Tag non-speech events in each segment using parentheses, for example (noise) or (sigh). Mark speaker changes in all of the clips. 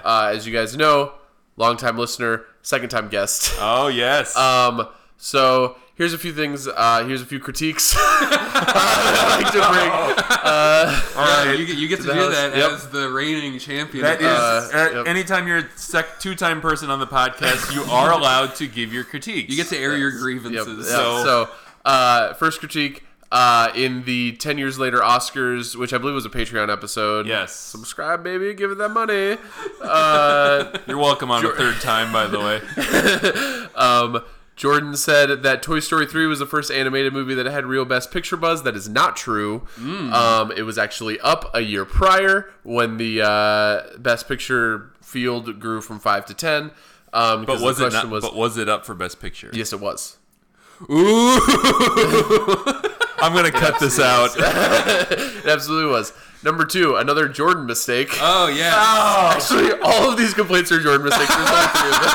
Speaker 1: Uh, as you guys know, longtime listener, second time guest. (laughs)
Speaker 2: Oh yes.
Speaker 1: Um, so here's a few things. Uh, here's a few critiques (laughs) I like to
Speaker 2: (laughs)
Speaker 1: bring.
Speaker 3: All right, you, get- you get to
Speaker 1: the
Speaker 3: do
Speaker 1: house.
Speaker 3: that
Speaker 1: Yep.
Speaker 3: as the reigning champion.
Speaker 2: that is
Speaker 1: uh,
Speaker 2: uh,
Speaker 1: yep.
Speaker 2: anytime you're a sec- two-time person on the podcast, you
Speaker 1: (laughs)
Speaker 2: are allowed to give your critiques.
Speaker 3: you get to air your
Speaker 1: Yep,
Speaker 3: grievances.
Speaker 1: yeah,
Speaker 2: So-
Speaker 1: So, uh, first critique uh, in the 10 years later Oscars, which I believe was a Patreon episode.
Speaker 2: Yes.
Speaker 1: Subscribe, baby. Give it that money. Uh,
Speaker 2: (laughs) You're welcome on the third time, by the
Speaker 1: (laughs)
Speaker 2: way.
Speaker 1: um, Jordan said that Toy Story 3 was the first animated movie that had real Best Picture buzz. That is not true.
Speaker 2: Hmm.
Speaker 1: Um, it was actually up a year prior when the uh, Best Picture field grew from 5 to 10. Um,
Speaker 2: But
Speaker 1: because
Speaker 2: was
Speaker 1: the
Speaker 2: it
Speaker 1: question
Speaker 2: not,
Speaker 1: was,
Speaker 2: But was it up for best picture?
Speaker 1: (laughs) yes, it was.
Speaker 2: (laughs)
Speaker 1: (laughs)
Speaker 2: I'm gonna cut this out. (laughs)
Speaker 1: It absolutely was. Number two, another Jordan mistake.
Speaker 3: Oh yeah.
Speaker 1: (laughs) Actually, all of these complaints are Jordan mistakes. There's only three of them.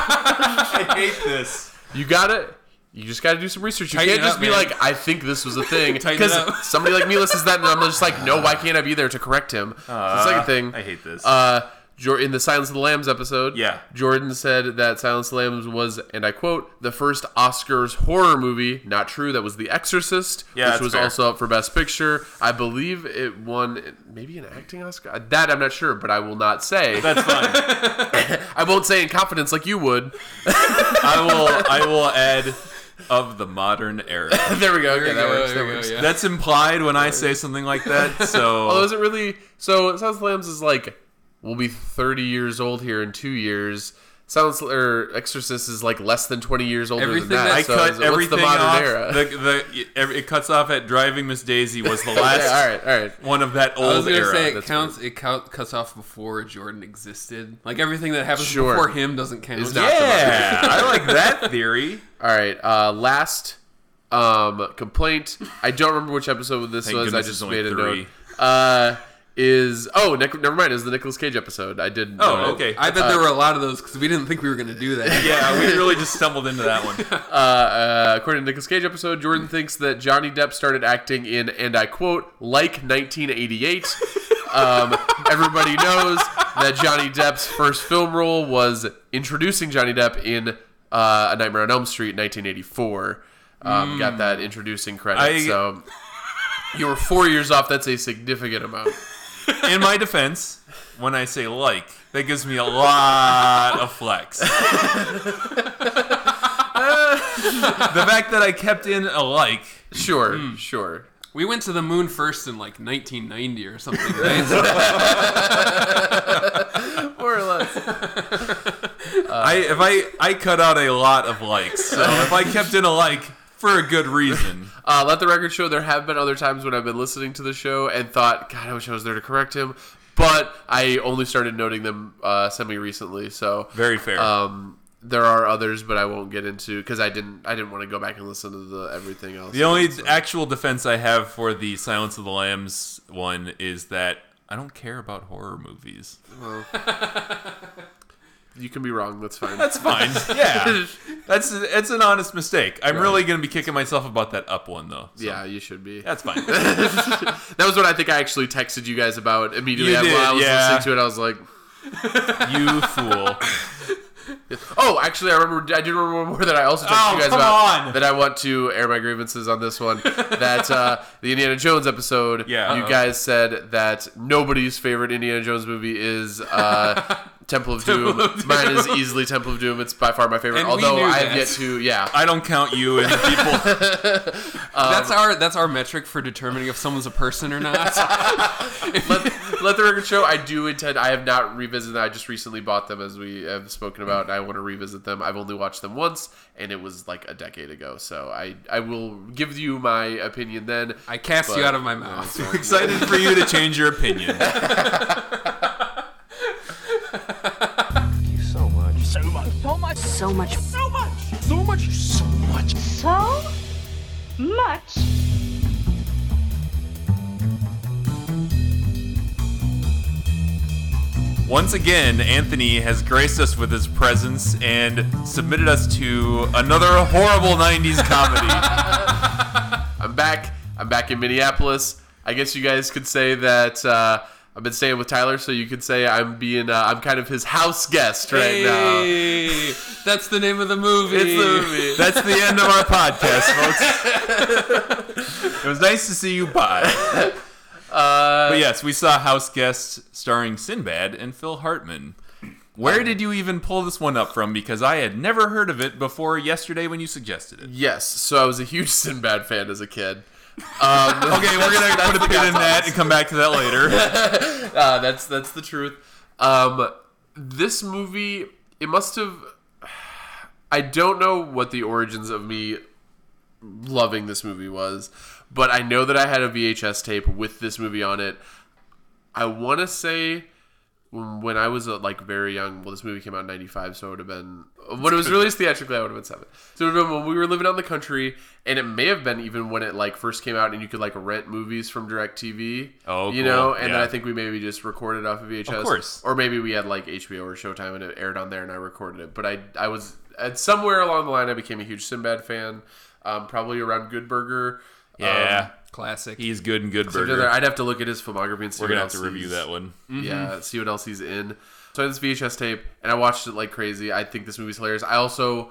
Speaker 2: I hate this.
Speaker 1: You gotta, you just gotta do some research. You
Speaker 3: Tighten
Speaker 1: can't
Speaker 3: it
Speaker 1: just
Speaker 3: up,
Speaker 1: be
Speaker 3: man.
Speaker 1: like, I think this was a thing,
Speaker 3: Tighten it up.
Speaker 1: because somebody like me listens to that, and I'm just like, no, why can't I be there to correct him? the second thing,
Speaker 2: Uh, I hate this.
Speaker 1: Uh, Jor- in the Silence of the Lambs episode,
Speaker 2: Yeah.
Speaker 1: Jordan said that Silence of the Lambs was, and I quote, the first Oscars horror movie. Not true. That was The Exorcist,
Speaker 2: Yeah,
Speaker 1: which
Speaker 2: that's
Speaker 1: was
Speaker 2: fair.
Speaker 1: also up for Best Picture. I believe it won maybe an acting Oscar. Uh, That I'm not sure, but I will not say.
Speaker 2: That's fine.
Speaker 1: (laughs) I won't say in confidence like you would.
Speaker 2: I will. I will add of the modern
Speaker 1: (laughs)
Speaker 2: era.
Speaker 1: there we go. Okay, that
Speaker 3: There you go,
Speaker 1: works. That
Speaker 3: there you go,
Speaker 1: works.
Speaker 3: yeah.
Speaker 2: That's implied when I say something like that. So
Speaker 1: Although, Oh, is it really? So, Silence of the Lambs is like, we'll be 30 years old here in two years. Silence or Exorcist is like less than 20 years older
Speaker 3: Everything
Speaker 1: than that.
Speaker 3: that-
Speaker 2: I
Speaker 1: so
Speaker 2: cut
Speaker 1: is it- what's
Speaker 2: everything
Speaker 1: the modern
Speaker 2: off.
Speaker 1: era?
Speaker 2: The, the, it, it cuts off at driving Miss Daisy was the
Speaker 1: (laughs) Okay,
Speaker 2: last
Speaker 1: (laughs) all right, all right.
Speaker 2: one of that old
Speaker 3: I was gonna
Speaker 2: era.
Speaker 3: say it
Speaker 2: That's
Speaker 3: counts. It count, cuts off before Jordan existed. Like everything that happens
Speaker 1: Sure.
Speaker 3: before him doesn't count.
Speaker 1: Is
Speaker 2: weird.
Speaker 1: not-
Speaker 2: Yeah,
Speaker 3: (laughs)
Speaker 1: (laughs)
Speaker 2: I like that theory.
Speaker 1: All right. Uh, last um, complaint. I don't remember which episode this
Speaker 2: Thank
Speaker 1: was. I
Speaker 2: goodness
Speaker 1: just
Speaker 2: it's only
Speaker 1: made a
Speaker 2: three.
Speaker 1: note. Uh, is oh, Nic- never mind. It was the Nicolas Cage episode. I did.
Speaker 2: Oh,
Speaker 1: note it.
Speaker 2: okay.
Speaker 3: I bet there were a lot of those because we didn't think we were gonna do that.
Speaker 2: Yeah, we really just stumbled into
Speaker 1: (laughs)
Speaker 2: that one.
Speaker 1: Uh, according to Nicolas Cage episode, Jordan thinks that Johnny Depp started acting in, and I quote, like 1988. um, everybody knows that Johnny Depp's first film role was introducing Johnny Depp in uh, A Nightmare on Elm Street, 1984. Um, Got that introducing credit.
Speaker 2: I-
Speaker 1: so you were four years off. That's a significant amount.
Speaker 2: In my defense, when I say like, that gives me a lot
Speaker 1: (laughs)
Speaker 2: of flex. the fact that I kept in a like,
Speaker 1: Sure, sure.
Speaker 3: We went to the moon first in like 1990 or something. Right? So
Speaker 1: More or less. Uh,
Speaker 2: I if I I cut out a lot of likes. So if I kept in a like for a good reason,
Speaker 1: Uh, let the record show there have been other times when I've been listening to the show and thought, God, I wish I was there to correct him. But I only started noting them uh, semi recently, so
Speaker 2: very fair.
Speaker 1: um, there are others, but I won't get into because I didn't. I didn't want to go back and listen to the everything else.
Speaker 2: The only actual defense I have for the Silence of the Lambs one is that I don't care about horror movies.
Speaker 1: you can be wrong. That's fine.
Speaker 2: That's fine. (laughs) yeah. That's it's an honest mistake. I'm really going to be kicking myself about that up one though.
Speaker 1: (laughs)
Speaker 2: So, (laughs)
Speaker 1: yeah, you should be.
Speaker 2: That's fine.
Speaker 1: that was what I think I actually texted you guys about immediately
Speaker 2: You
Speaker 1: after
Speaker 2: did,
Speaker 1: I was
Speaker 2: yeah.
Speaker 1: listening to it. I was like,
Speaker 2: you fool.
Speaker 1: Oh, actually, I remember. I did remember one more that I also talked
Speaker 2: Oh,
Speaker 1: to you guys
Speaker 2: come
Speaker 1: about
Speaker 2: on.
Speaker 1: that I want to air my grievances on this one. that uh, the Indiana Jones episode.
Speaker 2: Yeah.
Speaker 1: you
Speaker 2: Uh-oh.
Speaker 1: guys said that nobody's favorite Indiana Jones movie is uh, Temple of Doom. Mine is easily Temple of Doom. It's by far my favorite.
Speaker 3: And we
Speaker 1: although
Speaker 3: knew
Speaker 1: I have
Speaker 3: that.
Speaker 1: yet to. Yeah.
Speaker 2: I don't count you and people.
Speaker 3: that's our that's our metric for determining if someone's a person or not.
Speaker 1: let, let the record show. I do intend. I have not revisited. them. I just recently bought them, as we have spoken about. And I want to revisit them. I've only watched them once, and it was like a decade ago. So I, I will give you my opinion then.
Speaker 3: I cast
Speaker 1: But-
Speaker 3: you out of my mouth.
Speaker 2: Excited for you to change your opinion.
Speaker 4: So much. So much.
Speaker 5: So much. So much. So much.
Speaker 4: So much.
Speaker 2: Once again, Anthony has graced us with his presence and submitted us to another horrible 90s comedy.
Speaker 1: I'm back. I'm back in Minneapolis. I guess you guys could say that uh, I've been staying with Tyler, so you could say I'm being uh, I'm kind of his house guest right now.
Speaker 3: Hey, that's the name of the movie.
Speaker 1: It's the movie.
Speaker 2: That's the end of our podcast, folks. it was nice to see you. Bye. but yes, we saw House Guest starring Sinbad and Phil Hartman. Where did you even pull this one up from? Because I had never heard of it before yesterday when you suggested it.
Speaker 1: Yes, so I was a huge Sinbad fan as a kid.
Speaker 2: Okay, we're gonna put a pin in that and come back to that later.
Speaker 1: Uh, that's that's the truth. Um, this movie, it must have. I don't know what the origins of me loving this movie was, but I know that I had a VHS tape with this movie on it. I want to say when I was uh, like very young. Well, this movie came out in '95, so it would have been when it was released theatrically. I would have been seven. So it would have been when we were living out in the country, and it may have been even when it like first came out, and you could like rent movies from DirecTV.
Speaker 2: Oh,
Speaker 1: you
Speaker 2: cool.
Speaker 1: know, and then
Speaker 2: Yeah.
Speaker 1: I think we maybe just recorded off of VHS,
Speaker 2: Of course.
Speaker 1: or maybe we had like HBO or Showtime and it aired on there, and I recorded it. But I I was at somewhere along the line, I became a huge Sinbad fan, um, probably around Good Burger.
Speaker 2: Yeah,
Speaker 3: classic.
Speaker 2: he's good and good
Speaker 1: Um,
Speaker 2: burger.
Speaker 1: I'd have to look at his filmography and see.
Speaker 2: We're
Speaker 1: what
Speaker 2: gonna have
Speaker 1: else
Speaker 2: to review
Speaker 1: he's-
Speaker 2: that one. Mm-hmm.
Speaker 1: yeah, see what else he's in. So I had this VHS tape, and I watched it like crazy. I think this movie's hilarious. I also,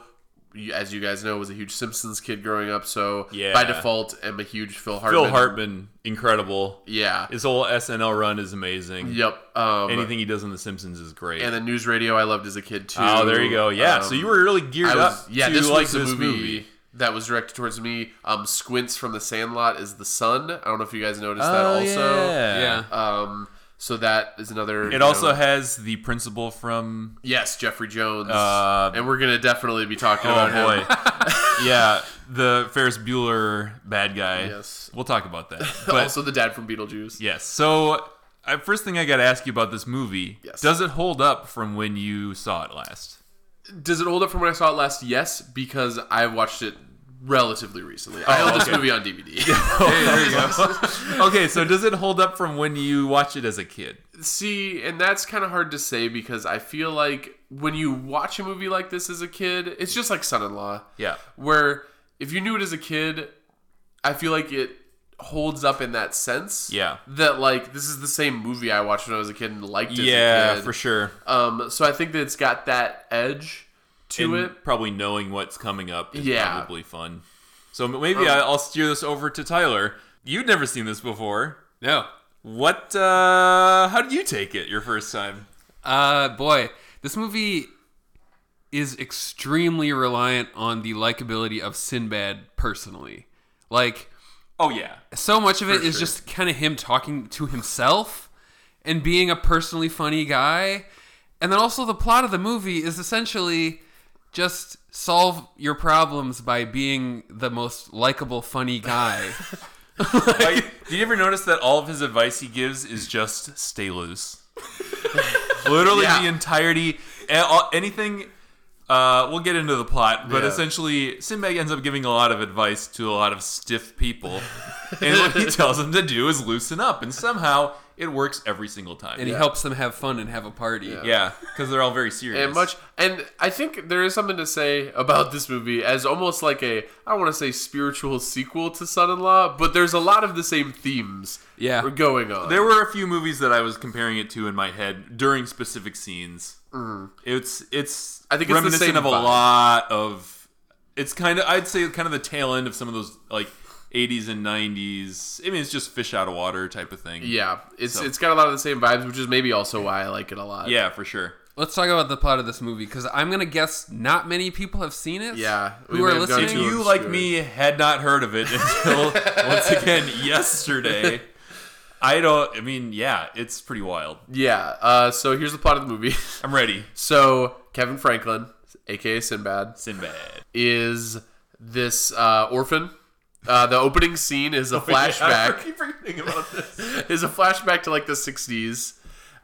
Speaker 1: you- as you guys know, was a huge Simpsons kid growing up, so
Speaker 2: Yeah.
Speaker 1: by default, am a huge Phil Hartman.
Speaker 2: Phil Hartman, incredible.
Speaker 1: Yeah.
Speaker 2: His whole SNL run is amazing.
Speaker 1: yep. Um,
Speaker 2: Anything he does on The Simpsons is great.
Speaker 1: And the news radio I loved as a kid too.
Speaker 2: oh, there you go. Yeah,
Speaker 1: Um,
Speaker 2: so you were really geared
Speaker 1: I was,
Speaker 2: up
Speaker 1: yeah,
Speaker 2: to
Speaker 1: this
Speaker 2: like
Speaker 1: was the
Speaker 2: this
Speaker 1: movie, that was directed towards me. Um, Squints from The Sandlot is the sun. I don't know if you guys noticed that
Speaker 2: Oh,
Speaker 1: also.
Speaker 3: yeah.
Speaker 1: Um, so that is another.
Speaker 2: It
Speaker 1: you
Speaker 2: also
Speaker 1: know-
Speaker 2: has the principal from.
Speaker 1: Yes, Jeffrey Jones.
Speaker 2: Uh,
Speaker 1: and we're going to definitely be talking
Speaker 2: Oh
Speaker 1: about him. (laughs)
Speaker 2: boy, yeah, the Ferris Bueller bad guy.
Speaker 1: Yes.
Speaker 2: we'll talk
Speaker 1: (laughs)
Speaker 2: about that. But
Speaker 1: also the dad from Beetlejuice.
Speaker 2: yes, so I, first thing I got to ask you about this movie:
Speaker 1: Yes.
Speaker 2: Does it hold up from when you saw it last?
Speaker 1: Does it hold up from when I saw it last? Yes, because I watched it relatively recently. I own
Speaker 2: Oh, okay.
Speaker 1: this movie on
Speaker 2: (laughs)
Speaker 1: DVD.
Speaker 2: there you go. okay, so does it hold up from when you watch it as
Speaker 1: (laughs)
Speaker 2: a kid?
Speaker 1: See, and that's kind of hard to say because I feel like when you watch a movie like this as a kid, it's just like Son-in-Law.
Speaker 2: Yeah.
Speaker 1: Where if you knew it as a kid, I feel like it holds up in that sense.
Speaker 2: Yeah.
Speaker 1: That like this is the same movie I watched when I was a kid and liked it.
Speaker 2: Yeah,
Speaker 1: as a kid.
Speaker 2: for sure.
Speaker 1: Um, so I think that it's got that edge to
Speaker 2: And
Speaker 1: it.
Speaker 2: Probably knowing what's coming up is
Speaker 1: Yeah.
Speaker 2: probably fun. So maybe I, I'll steer this over to Tyler. You'd never seen this before.
Speaker 3: No.
Speaker 2: What? uh How did you take it your first time?
Speaker 3: Uh, boy, this movie is extremely reliant on the likability of Sinbad personally. Like,
Speaker 2: Oh yeah,
Speaker 3: so much of it is
Speaker 2: sure.
Speaker 3: just kind of him talking to himself and being a personally funny guy. And then also the plot of the movie is essentially just solve your problems by being the most likable funny guy.
Speaker 2: Like, did you ever notice that all of his advice he gives is just stay loose? (laughs) Literally
Speaker 1: Yeah.
Speaker 2: the entirety, a- all- anything. Uh, we'll get into the plot, but
Speaker 1: Yeah.
Speaker 2: essentially, Sinbad ends up giving a lot of advice to a lot of stiff people, and what he tells them to do is loosen up, and somehow it works every single time.
Speaker 3: and he helps them have fun and have a party.
Speaker 2: yeah, because they're all very serious.
Speaker 1: and much and i think there is something to say about this movie as almost like a i don't want to say spiritual sequel to son-in-law but there's a lot of the same themes
Speaker 3: Yeah.
Speaker 1: are going on
Speaker 2: There were a few movies that I was comparing it to in my head during specific scenes. It's it's
Speaker 1: Mm-hmm. I think it's the
Speaker 2: reminiscent
Speaker 1: same
Speaker 2: of a
Speaker 1: vibe.
Speaker 2: lot of. It's kind of I'd say kind of the tail end of some of those like 80s and 90s. I mean, it's just fish out of water type of thing.
Speaker 1: yeah it's
Speaker 2: So-
Speaker 1: it's got a lot of the same vibes which is maybe also why i like it a lot
Speaker 2: yeah, for sure.
Speaker 3: Let's talk about the plot of this movie because I'm gonna guess not many people have seen it.
Speaker 1: Yeah, we
Speaker 3: who
Speaker 1: may
Speaker 3: are
Speaker 1: have gone
Speaker 3: listening?
Speaker 1: too
Speaker 2: You
Speaker 1: obscure.
Speaker 2: like me had not heard of it until
Speaker 1: (laughs)
Speaker 2: once again yesterday. I don't. I mean, yeah, it's pretty wild.
Speaker 1: yeah uh, so here's the plot of the movie (laughs)
Speaker 2: I'm ready.
Speaker 1: so kevin franklin aka sinbad
Speaker 2: Sinbad.
Speaker 1: is this uh, orphan uh, the opening scene is a
Speaker 2: Oh, Yeah,
Speaker 1: flashback
Speaker 2: (laughs) I keep forgetting about this.
Speaker 1: is a flashback to like the 60s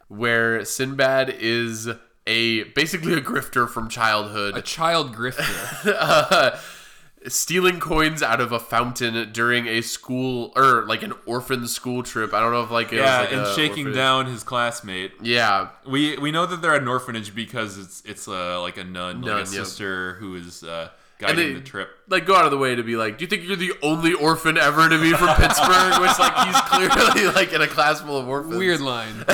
Speaker 1: where Sinbad is a basically a grifter from
Speaker 3: A
Speaker 1: childhood
Speaker 3: child grifter.
Speaker 1: stealing coins out of a fountain during a school or like an orphan school trip. I don't know if like it
Speaker 2: Yeah,
Speaker 1: was like uh,
Speaker 2: and
Speaker 1: a
Speaker 2: shaking
Speaker 1: orphanage.
Speaker 2: down his classmate.
Speaker 1: Yeah,
Speaker 2: We we know that they're at an orphanage because it's it's uh, like a nun,
Speaker 1: Nun,
Speaker 2: like a
Speaker 1: yep.
Speaker 2: sister who is uh, guiding
Speaker 1: they-
Speaker 2: the trip.
Speaker 1: like go out of the way to be like, do you think you're the only orphan ever to be from
Speaker 2: (laughs)
Speaker 1: Pittsburgh? Which like he's clearly like in a class full of orphans.
Speaker 3: Weird line.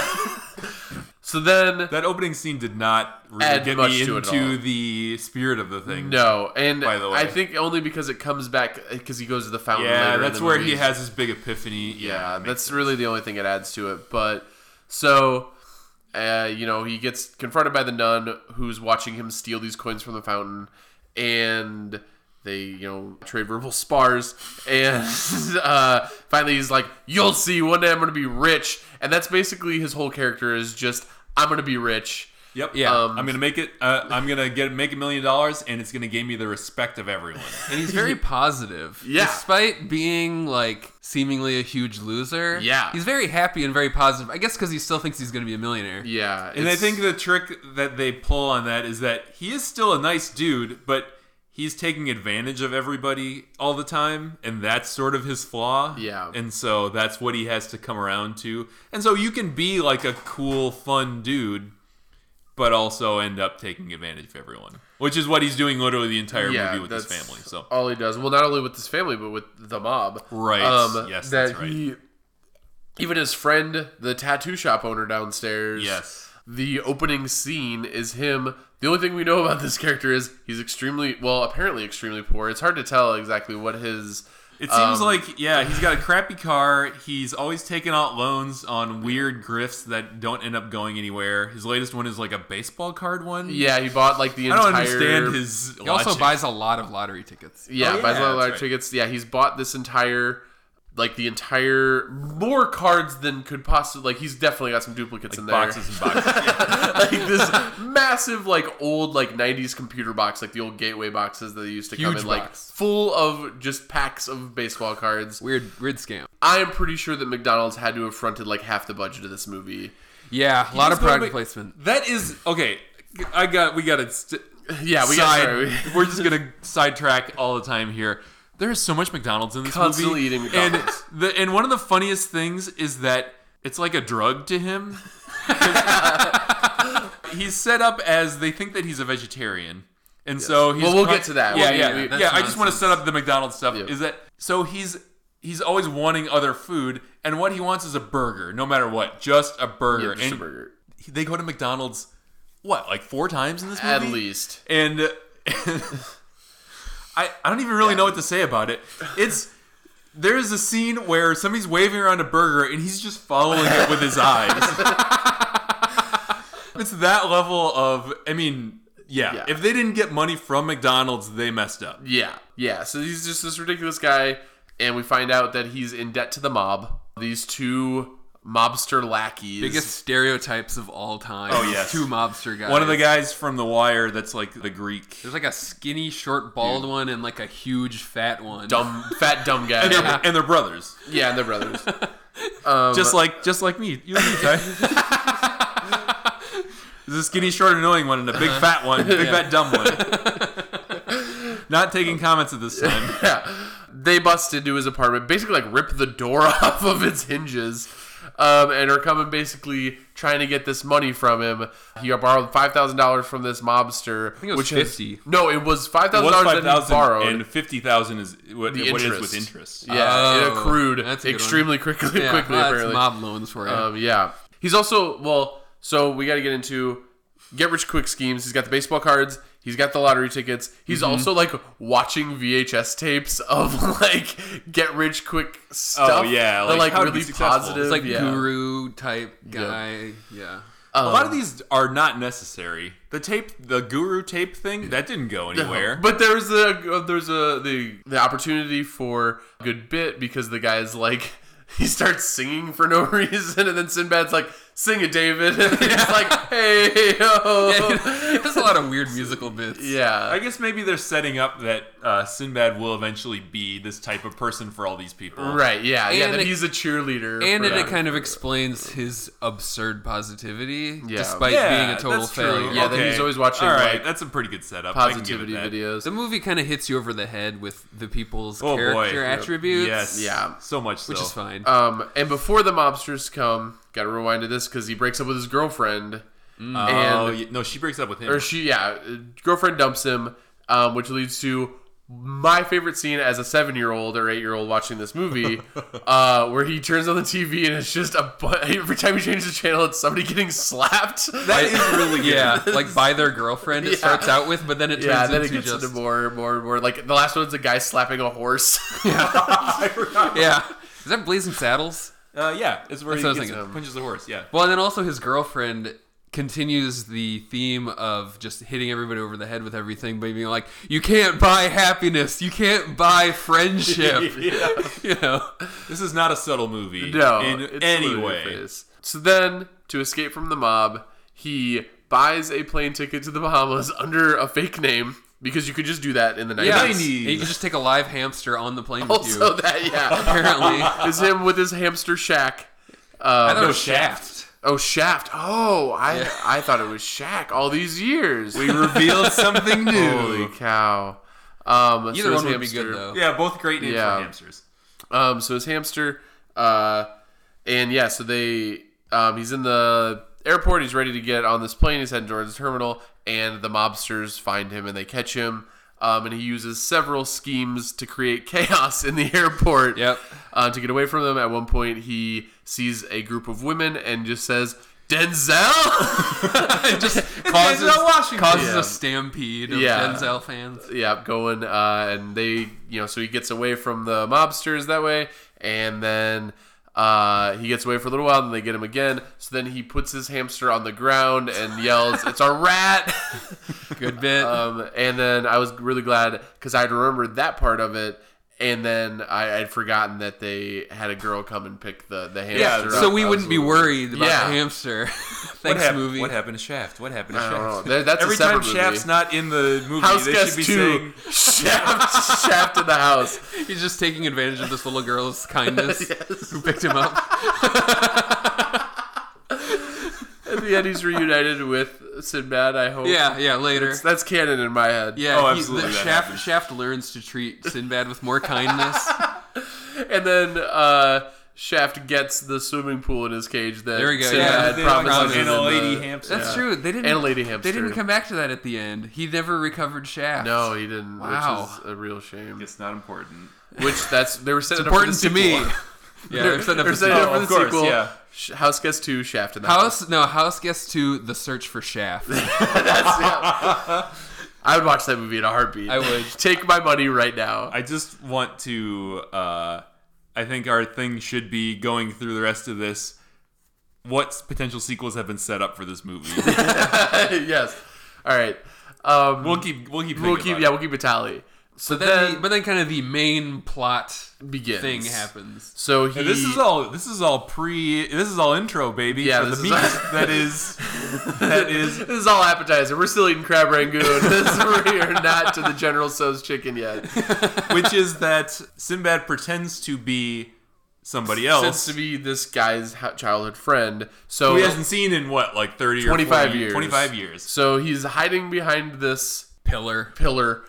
Speaker 1: So then
Speaker 2: That opening scene did not really
Speaker 1: Add
Speaker 2: get
Speaker 1: much
Speaker 2: me
Speaker 1: to it at all.
Speaker 2: into the spirit of the thing.
Speaker 1: no, and
Speaker 2: By the way.
Speaker 1: I think only because it comes back because he goes to the fountain. later
Speaker 2: Yeah,
Speaker 1: in
Speaker 2: that's
Speaker 1: the
Speaker 2: where
Speaker 1: movie.
Speaker 2: he has his big epiphany. Yeah,
Speaker 1: Yeah, that's really the only thing it adds to it. But so, uh, you know, he gets confronted by the nun who's watching him steal these coins from the fountain, and they, you know, trade verbal spars. And (laughs) uh, finally, he's like, "You'll see. One day I'm going to be rich." And that's basically his whole character is just, "I'm going to be rich."
Speaker 2: Yep.
Speaker 3: Yeah.
Speaker 1: Um,
Speaker 2: I'm gonna make it. Uh, I'm gonna get make a million dollars, and it's gonna give me the respect of everyone.
Speaker 3: And
Speaker 1: (laughs)
Speaker 3: he's very positive.
Speaker 1: Yeah.
Speaker 3: Despite being like seemingly a huge loser.
Speaker 1: Yeah.
Speaker 3: He's very happy and very positive. I guess because he still thinks he's going to be a millionaire.
Speaker 1: Yeah,
Speaker 2: and I
Speaker 1: it's-
Speaker 2: think the trick that they pull on that is that he is still a nice dude, but he's taking advantage of everybody all the time, and that's sort of his flaw.
Speaker 1: Yeah.
Speaker 2: And so that's what he has to come around to. And so you can be like a cool, fun dude, but also end up taking advantage of everyone, which is what he's doing literally the entire
Speaker 1: yeah,
Speaker 2: movie with his
Speaker 1: that's
Speaker 2: family. So
Speaker 1: all he does, well, not only with his family, but with the mob, Um,
Speaker 2: Right. Yes,
Speaker 1: that
Speaker 2: that's right.
Speaker 1: He, even his friend, the tattoo shop owner downstairs.
Speaker 2: yes.
Speaker 1: The opening scene is him. The only thing we know about this character is he's extremely well, apparently extremely poor. It's hard to tell exactly what his.
Speaker 2: It seems
Speaker 1: Um,
Speaker 2: like yeah, he's got a crappy car. He's always taking out loans on weird grifts that don't end up going anywhere. His latest one is like a baseball card one.
Speaker 1: Yeah, he bought like the
Speaker 2: I don't
Speaker 1: entire.
Speaker 2: understand his.
Speaker 3: He also
Speaker 2: logic.
Speaker 3: buys a lot of lottery tickets.
Speaker 1: Yeah,
Speaker 2: Oh,
Speaker 1: buys a lot
Speaker 2: yeah,
Speaker 1: of
Speaker 2: that's
Speaker 1: lottery
Speaker 2: right.
Speaker 1: tickets. Yeah, he's bought this entire. Like the entire more cards than could possibly like he's definitely got some duplicates in there.
Speaker 2: boxes and
Speaker 1: (laughs)
Speaker 2: boxes.
Speaker 1: like this massive like old like 90s computer box like the old gateway boxes that they used to come
Speaker 3: Huge
Speaker 1: in like
Speaker 3: box.
Speaker 1: full of just packs of baseball cards
Speaker 3: Weird, weird scam.
Speaker 1: i am pretty sure that mcdonald's had to have fronted like half the budget of this movie
Speaker 3: Yeah. A lot
Speaker 2: He's gonna
Speaker 3: of product
Speaker 2: make-
Speaker 3: placement.
Speaker 2: That is okay. I got. We got to. St-
Speaker 1: yeah we got
Speaker 2: side.
Speaker 1: sorry.
Speaker 2: (laughs) We're just gonna sidetrack all the time here. There is so much McDonald's in this
Speaker 1: Constantly
Speaker 2: movie.
Speaker 1: eating McDonald's.
Speaker 2: And (laughs) the and one of the funniest things is that it's like a drug to him. (laughs) he's set up as they think that he's a vegetarian. And so he's
Speaker 1: Well, we'll
Speaker 2: con-
Speaker 1: get to that.
Speaker 2: Yeah,
Speaker 1: We'll-
Speaker 2: yeah,
Speaker 1: we-
Speaker 2: yeah.
Speaker 1: that's
Speaker 2: I just want to set up the McDonald's stuff.
Speaker 1: Yeah.
Speaker 2: Is that so? He's he's always wanting other food, and what he wants is a burger, no matter what, just a burger.
Speaker 1: just a
Speaker 2: And
Speaker 1: burger.
Speaker 2: he- They go to McDonald's, what, like four times in this movie?
Speaker 1: at least
Speaker 2: and (laughs) I, I don't even really know what to say about it. It's there is a scene where somebody's waving around a burger and he's just following it with
Speaker 1: (laughs)
Speaker 2: his eyes. it's that level of I mean, yeah,
Speaker 1: Yeah.
Speaker 2: If they didn't get money from McDonald's, they messed up.
Speaker 1: yeah yeah so he's just this ridiculous guy and we find out that he's in debt to the mob these two mobster lackeys
Speaker 3: Biggest stereotypes of all time.
Speaker 2: Oh, yes.
Speaker 3: Two mobster guys.
Speaker 2: One of the guys from The Wire that's like the Greek.
Speaker 3: There's like a skinny, short, bald one and like a huge, fat one.
Speaker 1: dumb fat
Speaker 3: (laughs)
Speaker 1: dumb guy
Speaker 2: And they're, and they're brothers.
Speaker 1: yeah and they're brothers Oh,
Speaker 2: just like just like me. You and me, Ty.
Speaker 1: (laughs)
Speaker 2: There's a skinny, short, annoying one and a big
Speaker 1: Uh-huh.
Speaker 2: fat one, big fat dumb one.
Speaker 1: (laughs)
Speaker 2: Not taking comments at this time.
Speaker 1: yeah. They bust into his apartment, basically like rip the door (laughs) off of its hinges, um, and are coming basically trying to get this money from him. He borrowed five thousand dollars from this mobster. I
Speaker 3: think it
Speaker 1: which
Speaker 3: was
Speaker 1: has-
Speaker 3: 50.
Speaker 1: no, it was five thousand
Speaker 2: Was
Speaker 1: dollars
Speaker 2: five
Speaker 1: that he borrowed.
Speaker 2: thousand and fifty thousand is what,
Speaker 1: the
Speaker 2: what
Speaker 1: interest.
Speaker 2: it is with interest.
Speaker 1: Yeah, it
Speaker 3: Oh,
Speaker 1: accrued
Speaker 3: that's a good one.
Speaker 1: extremely (laughs) quickly.
Speaker 3: yeah,
Speaker 1: quickly,
Speaker 3: that's
Speaker 1: apparently.
Speaker 3: mob loans for you.
Speaker 1: Um, yeah. He's also well. So we got to get into get rich quick schemes. He's got the baseball cards. He's got the lottery tickets. He's
Speaker 2: Mm-hmm.
Speaker 1: also like watching VHS tapes of (laughs) like get rich quick stuff.
Speaker 2: Oh, yeah,
Speaker 1: they're
Speaker 2: like,
Speaker 1: like
Speaker 2: how to be
Speaker 1: really
Speaker 2: successful.
Speaker 1: positive.
Speaker 3: it's like
Speaker 1: yeah. Um,
Speaker 3: guru type guy. Yeah.
Speaker 2: A lot of
Speaker 1: Oh.
Speaker 2: these are not necessary. The tape, the guru tape thing, that didn't go anywhere.
Speaker 1: But there's a there's a the the opportunity for a good bit because the guy's like (laughs) he starts singing for no (laughs) reason and then Sinbad's like sing it David (laughs) and he's
Speaker 2: (laughs)
Speaker 1: like hey
Speaker 3: (laughs)
Speaker 1: yo
Speaker 3: There's a lot of weird musical bits.
Speaker 1: (laughs) yeah
Speaker 2: I guess maybe they're setting up that uh, Sinbad will eventually be this type of person for all these people.
Speaker 1: Right. Yeah. yeah.
Speaker 3: And
Speaker 1: That
Speaker 3: it-
Speaker 1: he's a cheerleader.
Speaker 3: And
Speaker 1: for-
Speaker 3: it, it kind of explains his absurd positivity,
Speaker 1: Yeah.
Speaker 3: despite
Speaker 2: Yeah,
Speaker 3: being a total
Speaker 2: that's true.
Speaker 3: failure.
Speaker 1: Yeah, that he's always watching,
Speaker 2: All right,
Speaker 1: like,
Speaker 2: that's a pretty good setup. I can give it
Speaker 1: positivity
Speaker 2: that.
Speaker 1: videos.
Speaker 3: The movie kind of hits you over the head with the people's
Speaker 2: Oh, boy.
Speaker 3: character
Speaker 2: Yep.
Speaker 3: attributes,
Speaker 2: Yes.
Speaker 1: Yeah.
Speaker 2: So much so.
Speaker 3: which is fine.
Speaker 1: Um, and before the mobsters come, gotta rewind to this because he breaks up with his girlfriend,
Speaker 2: Oh,
Speaker 1: and
Speaker 2: yeah, no, she breaks up with him.
Speaker 1: or she, yeah, uh, girlfriend dumps him. um, which leads to my favorite scene as a seven year old or eight year old watching this movie, uh, where he turns on the TV and it's just a bu- every time he changes the channel, it's somebody getting slapped.
Speaker 2: That is really good.
Speaker 3: (laughs) Yeah, like by their girlfriend it
Speaker 1: (laughs) Yeah.
Speaker 3: starts out with, but then it turns
Speaker 1: yeah, then it
Speaker 3: into
Speaker 1: gets
Speaker 3: just
Speaker 1: into more, more, more. Like the last one's a guy slapping a horse.
Speaker 3: (laughs)
Speaker 1: (laughs)
Speaker 3: yeah. Is that Blazing Saddles?
Speaker 2: Uh, yeah, it's where
Speaker 3: That's
Speaker 2: he
Speaker 3: what I was
Speaker 2: gets,
Speaker 3: thinking.
Speaker 2: punches the
Speaker 1: (laughs)
Speaker 2: horse. Yeah.
Speaker 3: Well, and then also his girlfriend continues the theme of just hitting everybody over the head with everything, but being like, "You can't buy happiness. You can't buy friendship."
Speaker 1: (laughs)
Speaker 3: (laughs) You know.
Speaker 2: This is not a subtle movie.
Speaker 1: No,
Speaker 2: in any
Speaker 1: absolutely
Speaker 2: way.
Speaker 1: is. So then, to escape from the mob, he buys a plane ticket to the Bahamas (laughs) under a fake name because you could just do that in the 90s.
Speaker 3: Yeah,
Speaker 2: Nineties.
Speaker 3: and you can just take a live hamster on the plane with you.
Speaker 1: (laughs) Also, that yeah (laughs)
Speaker 3: Apparently,
Speaker 1: is him with his hamster shack.
Speaker 3: I thought it
Speaker 2: No (laughs)
Speaker 3: was
Speaker 2: shaft.
Speaker 1: Oh, Shaft. Oh, I I thought it was Shaq all these years.
Speaker 2: We
Speaker 1: (laughs)
Speaker 2: revealed something
Speaker 1: Holy
Speaker 2: new.
Speaker 1: cow. Um, so
Speaker 3: Either
Speaker 1: his
Speaker 3: one would be
Speaker 1: hamster-
Speaker 3: good though.
Speaker 2: Yeah, both great names
Speaker 1: Yeah.
Speaker 2: for hamsters.
Speaker 1: Um, so his hamster, uh, and yeah, so they, um, he's in the airport. He's ready to get on this plane. He's heading towards the terminal, and the mobsters find him and they catch him. Um, and he uses several schemes to create (laughs) chaos in the airport.
Speaker 3: Yep.
Speaker 1: Uh, to get away from them, at one point he sees a group of women and just says, (laughs) "Denzel."
Speaker 3: It just causes
Speaker 2: Denzel Washington.
Speaker 3: causes
Speaker 1: Yeah.
Speaker 3: a stampede of
Speaker 1: Yeah.
Speaker 3: Denzel fans.
Speaker 1: yeah, going, uh, and they, you know, so he gets away from the mobsters that way, and then uh, he gets away for a little while, and they get him again. So then he puts his hamster on the ground and yells, "It's a rat!" (laughs)
Speaker 3: Good bit.
Speaker 1: um, and then I was really glad because I'd remembered that part of it. And then I had forgotten that they had a girl come and pick the, the hamster.
Speaker 2: Yeah,
Speaker 1: up.
Speaker 3: so we
Speaker 1: I was
Speaker 3: wouldn't be
Speaker 1: really-
Speaker 3: worried about
Speaker 1: Yeah.
Speaker 3: the hamster. (laughs)
Speaker 2: What
Speaker 3: Thanks,
Speaker 2: happened?
Speaker 3: movie.
Speaker 2: What happened to Shaft? What happened to
Speaker 1: I
Speaker 2: Shaft?
Speaker 1: don't know. That- That's
Speaker 2: Every
Speaker 1: a separate
Speaker 2: time
Speaker 1: movie.
Speaker 2: Shaft's not in the movie,
Speaker 1: House
Speaker 2: they
Speaker 1: guest
Speaker 2: should be
Speaker 1: two,
Speaker 2: saying,
Speaker 1: Shaft, Shaft in the (laughs) house.
Speaker 3: He's just taking advantage of this
Speaker 1: (laughs)
Speaker 3: little girl's kindness who picked him up.
Speaker 1: At the end, he's reunited with Sinbad. I hope.
Speaker 3: Yeah, yeah, later.
Speaker 1: That's, that's canon in my head.
Speaker 3: yeah,
Speaker 2: Oh,
Speaker 3: he-
Speaker 2: absolutely,
Speaker 3: the
Speaker 2: that
Speaker 3: Shaft,
Speaker 2: happens.
Speaker 3: Shaft learns to treat Sinbad with
Speaker 1: (laughs)
Speaker 3: more kindness.
Speaker 1: And then uh, Shaft gets the swimming pool in his cage that
Speaker 3: There we go,
Speaker 2: yeah,
Speaker 3: Yeah,
Speaker 1: Sinbad
Speaker 2: they don't
Speaker 1: promises.
Speaker 2: want
Speaker 1: in
Speaker 2: an old lady
Speaker 1: the-
Speaker 2: hamster.
Speaker 3: That's true. They didn't
Speaker 1: And a lady
Speaker 3: They
Speaker 1: hamster.
Speaker 3: didn't come back to that at the end. He never recovered Shaft.
Speaker 1: No, he didn't.
Speaker 3: Wow.
Speaker 1: Which is a real shame.
Speaker 2: It's not important.
Speaker 1: Which that's they were setting
Speaker 3: important
Speaker 1: up
Speaker 3: to
Speaker 1: for the
Speaker 3: me.
Speaker 1: sequel.
Speaker 3: (laughs) yeah, they're setting up
Speaker 1: They're
Speaker 3: a
Speaker 1: setting up
Speaker 2: Oh,
Speaker 3: sequel.
Speaker 1: for the
Speaker 2: of course,
Speaker 1: sequel.
Speaker 2: yeah.
Speaker 1: Sh- House Guest Two, Shaft in the house.
Speaker 3: House no House Guest Two: The Search for Shaft.
Speaker 1: (laughs) I would watch that movie in a heartbeat.
Speaker 3: I would.
Speaker 1: (laughs) take my money right now.
Speaker 2: I just want to. Uh, I think our thing should be going through the rest of this. What potential sequels have been set up for this (laughs) movie?
Speaker 1: (laughs) yes. All right. Um,
Speaker 2: we'll keep. We'll keep.
Speaker 1: We'll
Speaker 2: thinking
Speaker 1: keep.
Speaker 2: about
Speaker 1: Yeah,
Speaker 2: it.
Speaker 1: we'll keep a tally. So (laughs)
Speaker 3: Then
Speaker 1: then,
Speaker 3: the- but then kind of the main plot
Speaker 1: begins.
Speaker 3: thing happens.
Speaker 1: So he.
Speaker 2: And This is all. This is all pre. This is all intro, baby.
Speaker 1: Yeah,
Speaker 2: for the
Speaker 1: this is
Speaker 2: meat
Speaker 1: all-
Speaker 2: (laughs) that is. That is.
Speaker 1: This is all appetizer. We're still eating crab
Speaker 2: (laughs)
Speaker 1: rangoon. This is- we are not to the General So's chicken yet.
Speaker 2: which is that Sinbad pretends to be somebody
Speaker 1: Since
Speaker 2: else
Speaker 1: to be this guy's ho- childhood friend, so
Speaker 2: who he hasn't seen in what like 30 or
Speaker 1: 25
Speaker 2: 40
Speaker 1: years.
Speaker 2: 25 years
Speaker 1: So he's hiding behind this
Speaker 3: Pillar.
Speaker 1: pillar,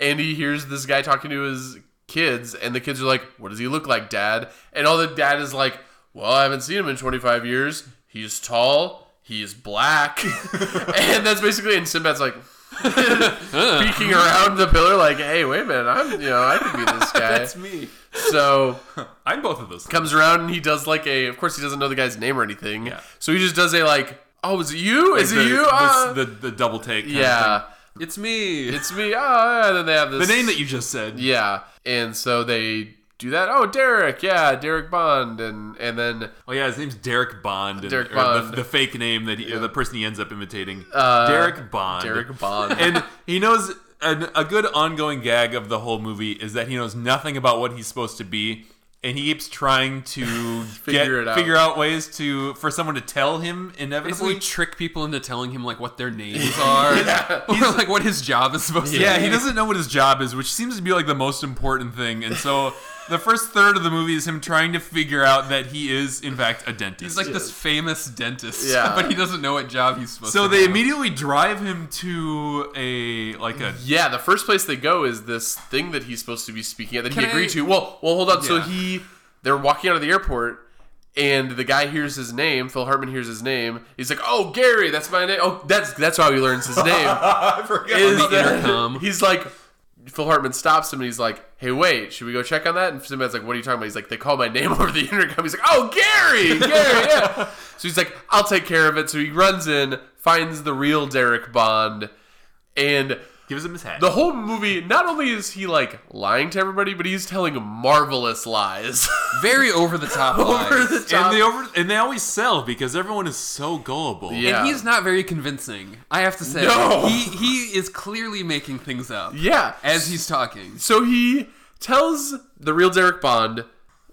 Speaker 1: and he hears this guy talking to his kids, and the kids are like, "What does he look like, Dad?" And all the dad is like, "Well, I haven't seen him in 25 years. He's tall. He's black." (laughs) and that's basically. And Sinbad's like. (laughs) peeking around the pillar like hey wait a minute i'm you know i could be
Speaker 2: (laughs)
Speaker 1: this guy
Speaker 2: me
Speaker 1: so
Speaker 2: i'm both of those
Speaker 1: comes around and he does like a of course he doesn't know the guy's name or anything
Speaker 2: Yeah.
Speaker 1: so he just does a like oh is it you is
Speaker 2: the,
Speaker 1: it you
Speaker 2: the,
Speaker 1: Ah.
Speaker 2: the, the double take kind of
Speaker 1: yeah
Speaker 3: It's me.
Speaker 1: it's me ah and then they have
Speaker 2: thing.
Speaker 1: this
Speaker 2: the name that you just said
Speaker 1: yeah and so they do that oh derek yeah derek bond and and then
Speaker 2: oh yeah his name's derek bond and,
Speaker 1: Derek
Speaker 2: or the-
Speaker 1: Bond.
Speaker 2: The, fake name that he, or the person he ends up imitating
Speaker 1: Uh,
Speaker 2: derek bond
Speaker 1: derek
Speaker 3: (laughs)
Speaker 1: bond
Speaker 2: and he knows an, a good ongoing gag of the whole movie is that he knows nothing about what he's supposed to be and he keeps
Speaker 1: (laughs)
Speaker 2: trying to
Speaker 1: Figure
Speaker 2: get,
Speaker 1: it out.
Speaker 2: figure out ways to for someone to tell him
Speaker 3: basically
Speaker 2: inevitably
Speaker 3: trick people into telling him like what their names (laughs) are or
Speaker 2: He's-
Speaker 3: like what his job is supposed to be.
Speaker 2: yeah he doesn't know what his job is which seems to be like the most important thing and
Speaker 1: (laughs)
Speaker 2: so the first third of the movie is him trying to figure out that he is in fact a dentist
Speaker 3: He's like this famous dentist,
Speaker 1: Yeah.
Speaker 3: (laughs) but he doesn't know what job he's supposed
Speaker 2: so
Speaker 3: to.
Speaker 2: they
Speaker 3: have.
Speaker 2: immediately drive him to a like a
Speaker 1: yeah the first place they go is this thing that he's supposed to be speaking at that
Speaker 3: Can
Speaker 1: he agreed
Speaker 3: I-
Speaker 1: to well well hold on so
Speaker 3: Yeah.
Speaker 1: he they're walking out of the airport and the guy hears his name. Phil Hartman hears his name. He's like, "Oh, Gary, that's my name." Oh, that's that's how he learns
Speaker 3: (laughs)
Speaker 1: his name.
Speaker 2: (laughs) I forgot.
Speaker 1: is
Speaker 3: the
Speaker 1: that-
Speaker 3: intercom.
Speaker 1: (laughs) He's like, Phil Hartman stops him and he's like, "Hey, wait, should we go check on that?" And Sinbad's like, "What are you talking about?" He's like, "They call my name (laughs) over the intercom." He's like, "Oh, Gary, Gary."
Speaker 3: (laughs)
Speaker 1: Yeah. so he's like, "I'll take care of it." So he runs in, finds the real Derek Bond, and
Speaker 2: Gives him his hat.
Speaker 1: the whole movie. Not only is he like lying to everybody, but he's telling marvelous lies. (laughs)
Speaker 3: Very over the top.
Speaker 1: Over
Speaker 3: lies.
Speaker 1: the top.
Speaker 2: and they over and they always sell because everyone is so gullible.
Speaker 1: Yeah.
Speaker 3: And he's not very convincing. I have to say,
Speaker 1: No.
Speaker 3: he he is clearly making things up
Speaker 1: yeah,
Speaker 3: as he's talking.
Speaker 1: So he tells the real Derek Bond, (laughs)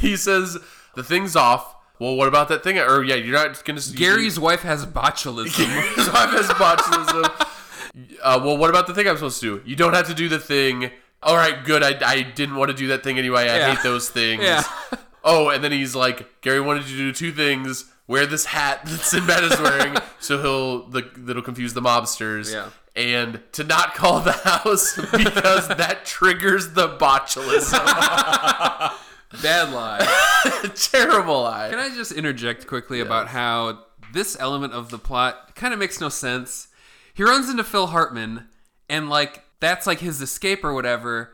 Speaker 1: he says, the thing's off. Well, what about that thing? Or, yeah, you're not going to. (laughs)
Speaker 3: Gary's wife has botulism.
Speaker 1: Gary's wife has botulism. (laughs) uh, well, what about the thing I'm supposed to do? You don't have to do the thing. All right, good. I, I didn't want to do that thing anyway. I
Speaker 3: Yeah.
Speaker 1: hate those things.
Speaker 3: Yeah.
Speaker 1: Oh, and then he's like, Gary wanted you to do two things. Wear this hat that Sinbad is
Speaker 3: (laughs)
Speaker 1: wearing, so he'll the, that'll confuse the mobsters.
Speaker 3: Yeah.
Speaker 1: And to not call the house because that triggers the
Speaker 3: (laughs)
Speaker 1: botulism. (laughs)
Speaker 3: Bad lie.
Speaker 1: Terrible lie.
Speaker 3: Can I just interject quickly about how this element of the plot kind of makes no sense? He runs into Phil Hartman, and like that's like his escape or whatever,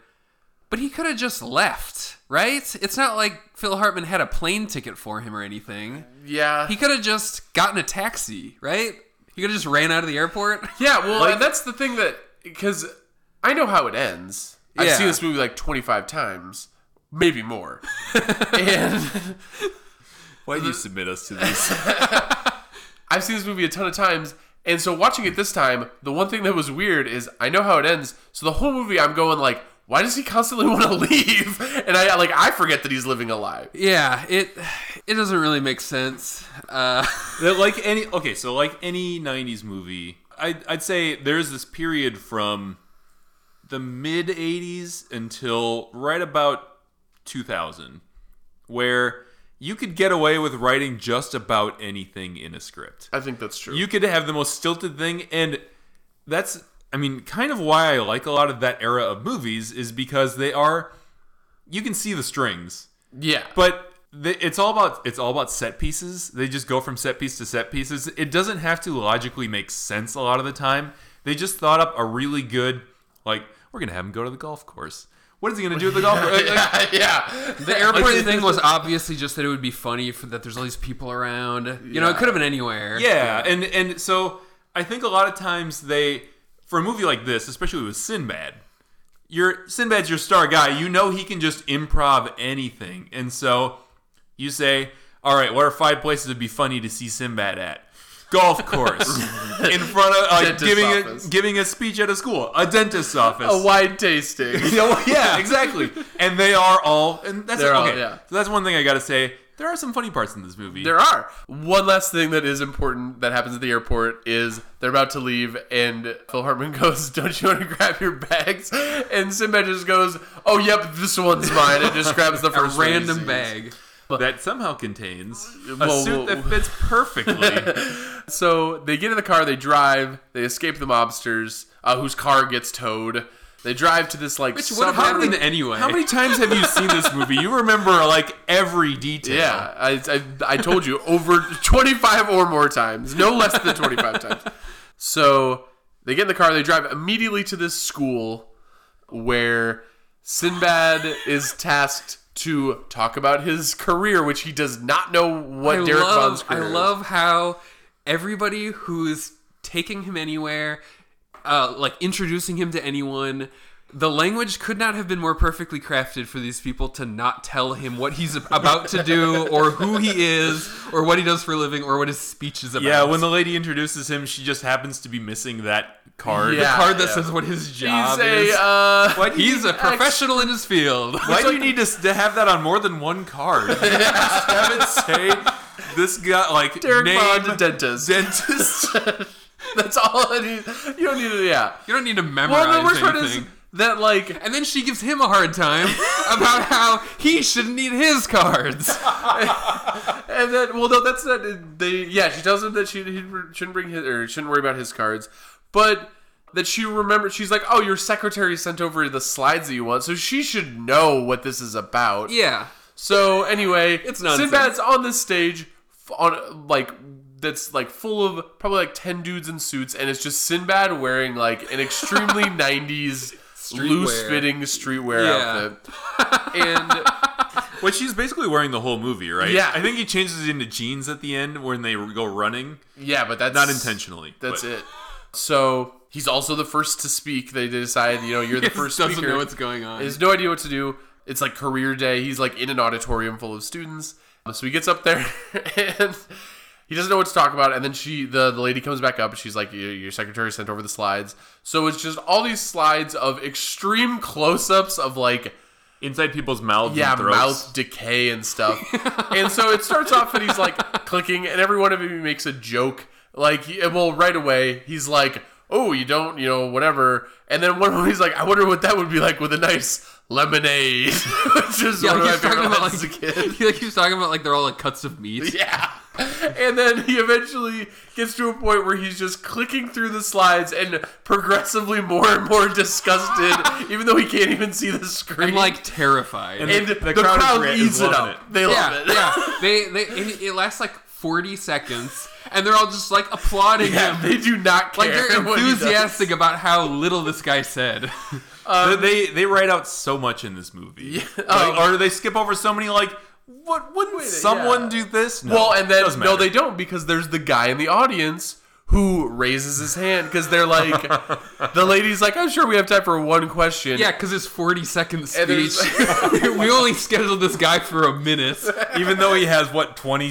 Speaker 3: but he could have just left, right? It's not like Phil Hartman had a plane ticket for him or anything.
Speaker 1: yeah.
Speaker 3: He could have just gotten a taxi, right? He could have just ran out of the airport. (laughs)
Speaker 1: yeah. Well, and that's the thing that because I know how it ends. I've
Speaker 3: Yeah.
Speaker 1: seen this movie like 25 times, maybe
Speaker 3: (laughs)
Speaker 1: more. and
Speaker 2: Why do you submit us to (laughs) this?
Speaker 1: I've seen this movie a ton of times, and so watching it this time, the one thing that was weird is I know how it ends. So the whole movie, I'm going like, why does he constantly (laughs) want to leave? And I like I forget that he's living a lie.
Speaker 3: Yeah, it it doesn't really make sense. Uh,
Speaker 2: That, like any okay, so like any '90s movie, I'd, I'd say there's this period from the mid '80s until right about 2000, where you could get away with writing just about anything in a script.
Speaker 1: I think that's true.
Speaker 2: You could have the most stilted thing, and that's I mean, kind of why I like a lot of that era of movies is because they are you can see the strings
Speaker 1: yeah,
Speaker 2: but th it's all about it's all about set pieces. They just go from set piece to set pieces. It doesn't have to logically make sense a lot of the time. They just thought up a really good like we're gonna have him go to the golf course. What is he gonna do at the golf course? Like,
Speaker 1: yeah,
Speaker 3: the airport thing was obviously just that it would be funny for, that there's all these people around. You know, it could have been anywhere.
Speaker 2: yeah, and and so I think a lot of times they for a movie like this, especially with Sinbad, your Sinbad's your star guy. You know he can just improv anything, and so you say, "All right, what are five places it'd be funny to see Sinbad at?" Golf
Speaker 1: (laughs)
Speaker 2: course in front of like
Speaker 1: Dentist's
Speaker 2: giving
Speaker 1: office.
Speaker 2: a giving a speech at a school, a dentist's office.
Speaker 1: a wine tasting.
Speaker 3: (laughs)
Speaker 1: (laughs)
Speaker 2: You know, (laughs) yeah, exactly. And they are all, and that's
Speaker 1: They're all-
Speaker 2: okay.
Speaker 1: yeah.
Speaker 2: So that's one thing I gotta say. There are some funny parts in this movie.
Speaker 1: There are. One last thing that is important that happens at the airport is they're about to leave, and Phil Hartman (laughs) goes, Don't you want to grab your bags? And Sinbad just goes, Oh, yep, this one's mine. And just grabs the
Speaker 3: (laughs) A
Speaker 1: first one he
Speaker 3: random
Speaker 1: sees.
Speaker 3: bag.
Speaker 2: that somehow contains a
Speaker 1: Whoa,
Speaker 2: suit that
Speaker 1: whoa.
Speaker 2: fits
Speaker 1: (laughs)
Speaker 2: perfectly.
Speaker 1: So they get in the car, they drive, they escape the mobsters, uh, whose car gets towed. They drive to this, like,
Speaker 3: Which would have
Speaker 1: suburb-
Speaker 3: happened anyway.
Speaker 2: How many times have you seen this movie? You remember like every detail.
Speaker 1: Yeah, I, I, I told you over (laughs) 25 or more times, no less than 25 times. So they get in the car, they drive immediately to this school where Sinbad is tasked to talk about his career, which he does not know what
Speaker 3: I
Speaker 1: Derek
Speaker 3: love,
Speaker 1: Bond's career
Speaker 3: I
Speaker 1: is.
Speaker 3: love how everybody who's taking him anywhere, uh, like introducing him to anyone, the language could not have been more perfectly crafted for these people to not tell him what he's ab- about to do or who he is or what he does for a living or what his speech is about.
Speaker 2: Yeah, when the lady introduces him, she just happens to be missing that card.
Speaker 1: Yeah.
Speaker 3: card that
Speaker 1: yeah.
Speaker 3: says what his job
Speaker 1: He's a,
Speaker 3: is.
Speaker 1: uh,
Speaker 2: Why do you
Speaker 3: he's
Speaker 2: need
Speaker 3: a
Speaker 2: to act-
Speaker 3: professional in his field.
Speaker 2: Why
Speaker 1: (laughs)
Speaker 2: do you need to, s- to have that on more than one
Speaker 3: (laughs)
Speaker 2: card? You just have it say this guy like
Speaker 1: Derek
Speaker 2: name,
Speaker 1: Bond, a dentist.
Speaker 2: dentist.
Speaker 1: (laughs) That's all it is. You don't need to, yeah.
Speaker 3: You don't need to memorize
Speaker 1: Well, the worst part
Speaker 3: anything.
Speaker 1: is that, like,
Speaker 3: And then she gives him a hard (laughs) time about how he shouldn't need his (laughs) cards.
Speaker 1: And then, well, no, that's not. They, yeah, she tells him that she he shouldn't bring his or shouldn't worry about his cards, but that she remembered. She's like, "Oh, your secretary sent over the slides that you want, so she should know what this is about."
Speaker 3: Yeah.
Speaker 1: So anyway, it's
Speaker 3: nonsense.
Speaker 1: Sinbad's on this stage f- on like that's like full of probably like ten dudes in suits, and it's just Sinbad wearing like an extremely
Speaker 3: (laughs)
Speaker 1: '90s loose fitting streetwear
Speaker 3: Yeah.
Speaker 1: outfit, and.
Speaker 2: Which he's basically wearing the whole movie, right?
Speaker 1: Yeah.
Speaker 2: I think he changes it into jeans at the end when they go running.
Speaker 1: Yeah, but that's
Speaker 2: Not intentionally.
Speaker 1: That's
Speaker 2: but-
Speaker 1: it. So he's also the first to speak. They decide, you know, you're
Speaker 3: (laughs)
Speaker 1: the first
Speaker 3: doesn't
Speaker 1: speaker.
Speaker 3: know what's going on.
Speaker 1: Has no idea what to do. It's like career day. He's like in an auditorium full of students. Um, So he gets up there (laughs) and he doesn't know what to talk about. And then she, the, the lady, comes back up. and She's like, "Your your secretary sent over the slides." So it's just all these slides of extreme close-ups of like
Speaker 2: Inside people's mouths
Speaker 1: yeah,
Speaker 2: and throats.
Speaker 1: mouth decay and
Speaker 3: (laughs)
Speaker 1: stuff. and so it starts off and he's like clicking, and every one of them makes a joke. Like, he- well, right away he's like, "Oh, you don't, you know, whatever." And then one of them he's like, "I wonder what that would be like with a nice lemonade," (laughs) which is
Speaker 3: Yeah,
Speaker 1: one
Speaker 3: like
Speaker 1: of my
Speaker 3: he's talking
Speaker 1: favorite
Speaker 3: about
Speaker 1: lines as a kid.
Speaker 3: like, like (laughs) he's talking about like they're all like cuts of meat.
Speaker 1: (laughs) Yeah. And then he eventually gets to a point where he's just clicking through the slides and progressively more and more (laughs) disgusted, even though he can't even see the screen.
Speaker 3: I'm like terrified.
Speaker 1: and the,
Speaker 2: (laughs) The
Speaker 1: crowd,
Speaker 2: crowd is
Speaker 1: crowd
Speaker 2: re- is
Speaker 1: eats it
Speaker 2: loving
Speaker 1: up.
Speaker 2: it.
Speaker 1: They love
Speaker 3: yeah,
Speaker 1: it. (laughs)
Speaker 3: yeah. They they it, it lasts like 40 seconds, and they're all just like applauding
Speaker 1: Yeah,
Speaker 3: him.
Speaker 1: they do not care.
Speaker 3: Like they're
Speaker 1: what he does.
Speaker 3: enthusiastic about how little this
Speaker 1: (laughs)
Speaker 3: guy said.
Speaker 2: they they write out so much in this movie.
Speaker 1: um,
Speaker 2: Like, or they skip over so many like what wouldn't someone
Speaker 1: yeah.
Speaker 2: do this? No,
Speaker 1: Well, and then
Speaker 2: doesn't
Speaker 1: no,
Speaker 2: matter.
Speaker 1: they don't because there's the guy in the audience who raises his hand because they're
Speaker 2: (laughs)
Speaker 1: like, the lady's like, I'm sure we have time for one question.
Speaker 3: Yeah, because it's 40 seconds
Speaker 1: And
Speaker 3: speech.
Speaker 1: there's-
Speaker 3: (laughs) we only scheduled this guy for a minute.
Speaker 1: (laughs)
Speaker 2: even though he has what twenty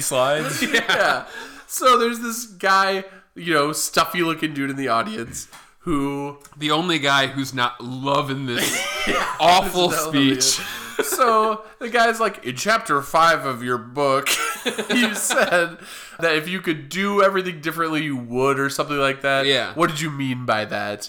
Speaker 1: (laughs)
Speaker 2: slides.
Speaker 1: yeah. So there's this guy, you know, stuffy looking dude in the audience who
Speaker 3: The only guy who's not loving (laughs) this awful speech.
Speaker 1: so the guy's like, in chapter five of your book, (laughs)
Speaker 3: (laughs)
Speaker 1: you said that if you could do everything differently, you would, or something like that.
Speaker 3: Yeah.
Speaker 1: What did you mean by that?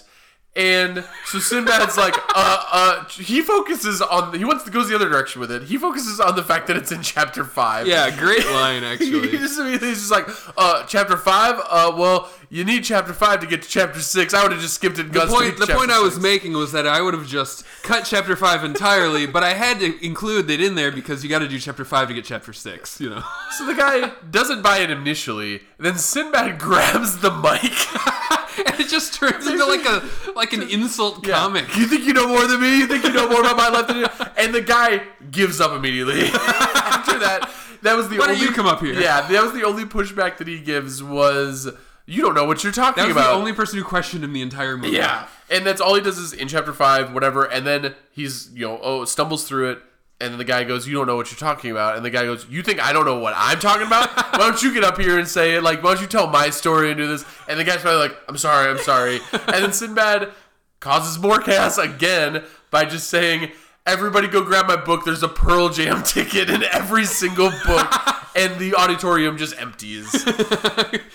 Speaker 1: And so Sinbad's
Speaker 3: (laughs)
Speaker 1: like, uh, uh, he focuses on, he wants to goes the other direction with it. He focuses on the fact that it's in chapter five.
Speaker 3: Yeah,
Speaker 1: (laughs)
Speaker 3: great (laughs) line
Speaker 1: He
Speaker 3: actually.
Speaker 1: just immediately is just like, uh, chapter five. Uh, well, you need chapter five to get to chapter six. I would have just skipped it.
Speaker 3: The point, the point I was making was that I would have just cut chapter five entirely, but I had to include it in there because you got to do chapter five to get chapter six. You know, (laughs)
Speaker 1: So the guy doesn't buy it initially. Then Sinbad (laughs) grabs the mic.
Speaker 3: (laughs) and it just turns into like a like an insult
Speaker 1: Yeah.
Speaker 3: comic.
Speaker 1: You think you know more than me? You think you know more about my life than you? And the guy gives up
Speaker 3: (laughs)
Speaker 1: immediately. After that, that was the
Speaker 3: Why don't
Speaker 1: only
Speaker 3: you come up here?
Speaker 1: Yeah, that was the only pushback that he gives was you don't know what you're talking
Speaker 3: That was
Speaker 1: about.
Speaker 3: the only person who questioned him the entire movie.
Speaker 1: yeah, and that's all he does is in chapter five, whatever, and then he's you know oh stumbles through it. And then the guy goes, "You don't know what you're talking about." And the guy goes, "You think I don't know what I'm talking about? Why don't you get up here and say it? Like, why don't you tell my story and do this?" And the guy's probably like, "I'm sorry, I'm sorry." and then Sinbad causes more chaos again by just saying, Everybody go grab my book. There's a Pearl Jam (laughs) ticket in every single book. and the auditorium just empties.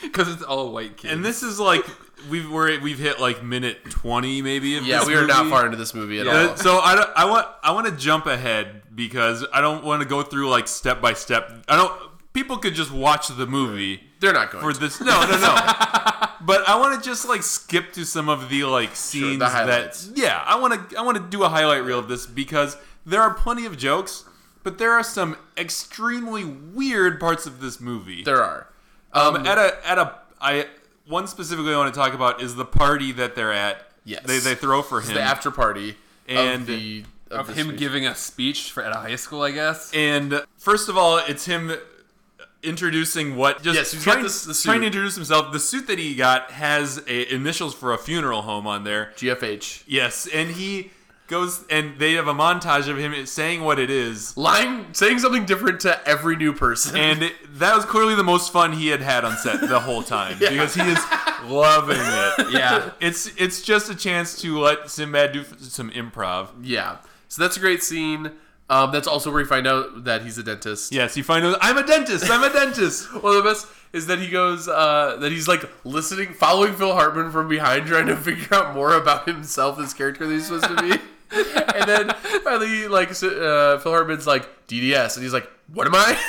Speaker 3: because it's all white
Speaker 2: (laughs)
Speaker 3: kids.
Speaker 2: And this is like we've we're, we've hit like minute twenty maybe. Of
Speaker 1: Yeah,
Speaker 2: this
Speaker 1: we are not
Speaker 2: movie.
Speaker 1: far into this movie at
Speaker 2: Uh,
Speaker 1: all.
Speaker 2: so I, don't- I want I want to jump ahead because I don't want to go through like step by step. I don't. People could just watch the movie
Speaker 1: They're not going.
Speaker 2: for
Speaker 1: to.
Speaker 2: this.
Speaker 1: (laughs)
Speaker 2: No, no, no. but I want to just like skip to some of the like scenes
Speaker 1: the
Speaker 2: that.
Speaker 1: highlights.
Speaker 2: Yeah, I want to I want to do a highlight reel of this because there are plenty of jokes, but there are some extremely weird parts of this movie.
Speaker 1: There are.
Speaker 2: Um, at a at a I one specifically I want to talk about is the party that they're at.
Speaker 1: Yes.
Speaker 2: they they throw for
Speaker 1: It's
Speaker 2: him
Speaker 1: the after party
Speaker 2: And-
Speaker 1: of the of,
Speaker 3: of
Speaker 1: this
Speaker 3: him
Speaker 1: week.
Speaker 3: giving a speech for, at a high school, I (laughs) guess.
Speaker 2: And first of all, it's him introducing what just
Speaker 1: Yes, he's got
Speaker 2: trying,
Speaker 1: this- the
Speaker 2: trying
Speaker 1: suit.
Speaker 2: to introduce himself. The suit that he got has a, initials for a funeral home on there.
Speaker 1: GFH
Speaker 2: Yes, and he goes and they have a montage of him saying what it is.
Speaker 1: lying, saying something different to every new person.
Speaker 2: And it- that was clearly the most fun he had had on set the
Speaker 1: (laughs)
Speaker 2: whole time because he is loving it.
Speaker 3: Yeah.
Speaker 2: It's it's just a chance to let Sinbad do f- some improv.
Speaker 1: yeah, so that's a great scene. Um, that's also where you find out that he's a dentist.
Speaker 2: Yes, you find out I'm a dentist. I'm a dentist.
Speaker 1: Well, the best is that he goes, uh, that he's like listening, following Phil Hartman from behind, trying to figure out more about himself, this character that he's supposed to be. and then finally, like, s- uh, Phil Hartman's like, DDS. And he's like, what am I? (laughs)
Speaker 3: (laughs)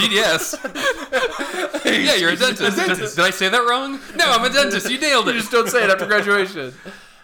Speaker 3: DDS. yeah, you're a dentist. Did I say that wrong? No, I'm a dentist. You nailed
Speaker 1: you
Speaker 3: it.
Speaker 1: just don't say it after graduation.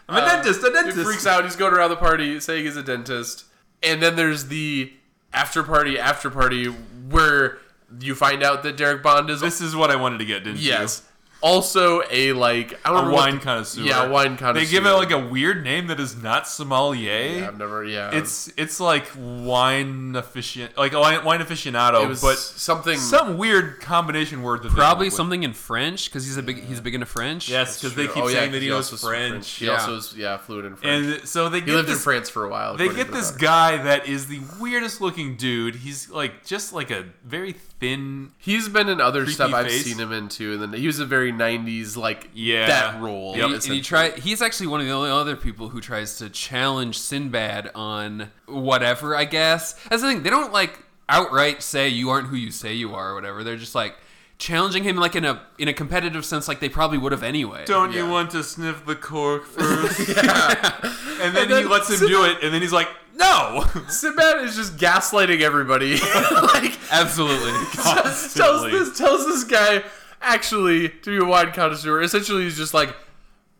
Speaker 2: I'm a dentist. A
Speaker 1: He
Speaker 2: dentist.
Speaker 1: freaks out. He's going around the party saying he's a dentist. And then there's the after party after party where you find out that Derek Bond is
Speaker 2: This is what I wanted to get
Speaker 1: (laughs)
Speaker 2: into.
Speaker 1: yes also a like I don't
Speaker 2: A
Speaker 1: know what
Speaker 2: wine
Speaker 1: the-
Speaker 2: connoisseur.
Speaker 1: Yeah, wine connoisseur.
Speaker 2: They give it like a weird name that is not sommelier.
Speaker 1: I've never yeah.
Speaker 2: It's it's like wine aficio- like wine, wine aficionado,
Speaker 1: it was
Speaker 2: but
Speaker 1: something
Speaker 2: some weird combination word that they
Speaker 3: Probably
Speaker 2: come up with.
Speaker 3: something in French because he's a big he's big into French.
Speaker 2: Yes, because they keep
Speaker 1: Oh, yeah,
Speaker 2: saying that he knows
Speaker 1: also is
Speaker 2: French.
Speaker 1: He
Speaker 2: Yeah.
Speaker 1: also is yeah fluent in French.
Speaker 2: and so they get
Speaker 1: he lived
Speaker 2: this,
Speaker 1: in France for a while.
Speaker 2: They
Speaker 1: according
Speaker 2: get
Speaker 1: to the
Speaker 2: this
Speaker 1: doc.
Speaker 2: guy that is the weirdest looking dude. He's like just like a very thin.
Speaker 1: He's been in other stuff I've
Speaker 2: face.
Speaker 1: seen him into, and then he was a very '90s like
Speaker 2: Yeah.
Speaker 1: that role.
Speaker 2: Yep.
Speaker 3: And he- and he try. He's actually one of the only other people who tries to challenge Sinbad on whatever. I guess that's the thing. They don't like outright say you aren't who you say you are or whatever. They're just like challenging him like in a in a competitive sense, like they probably would have anyway.
Speaker 2: Don't
Speaker 1: Yeah.
Speaker 2: you want to sniff the cork (laughs) first? and, then he
Speaker 1: then-
Speaker 2: lets him do it, and then he's like, "No."
Speaker 1: Sinbad is just gaslighting everybody. (laughs) like
Speaker 2: (laughs)
Speaker 3: Absolutely.
Speaker 1: tells tells
Speaker 2: Constantly.
Speaker 1: this tells this guy actually to be a wine connoisseur. Essentially, he's just like,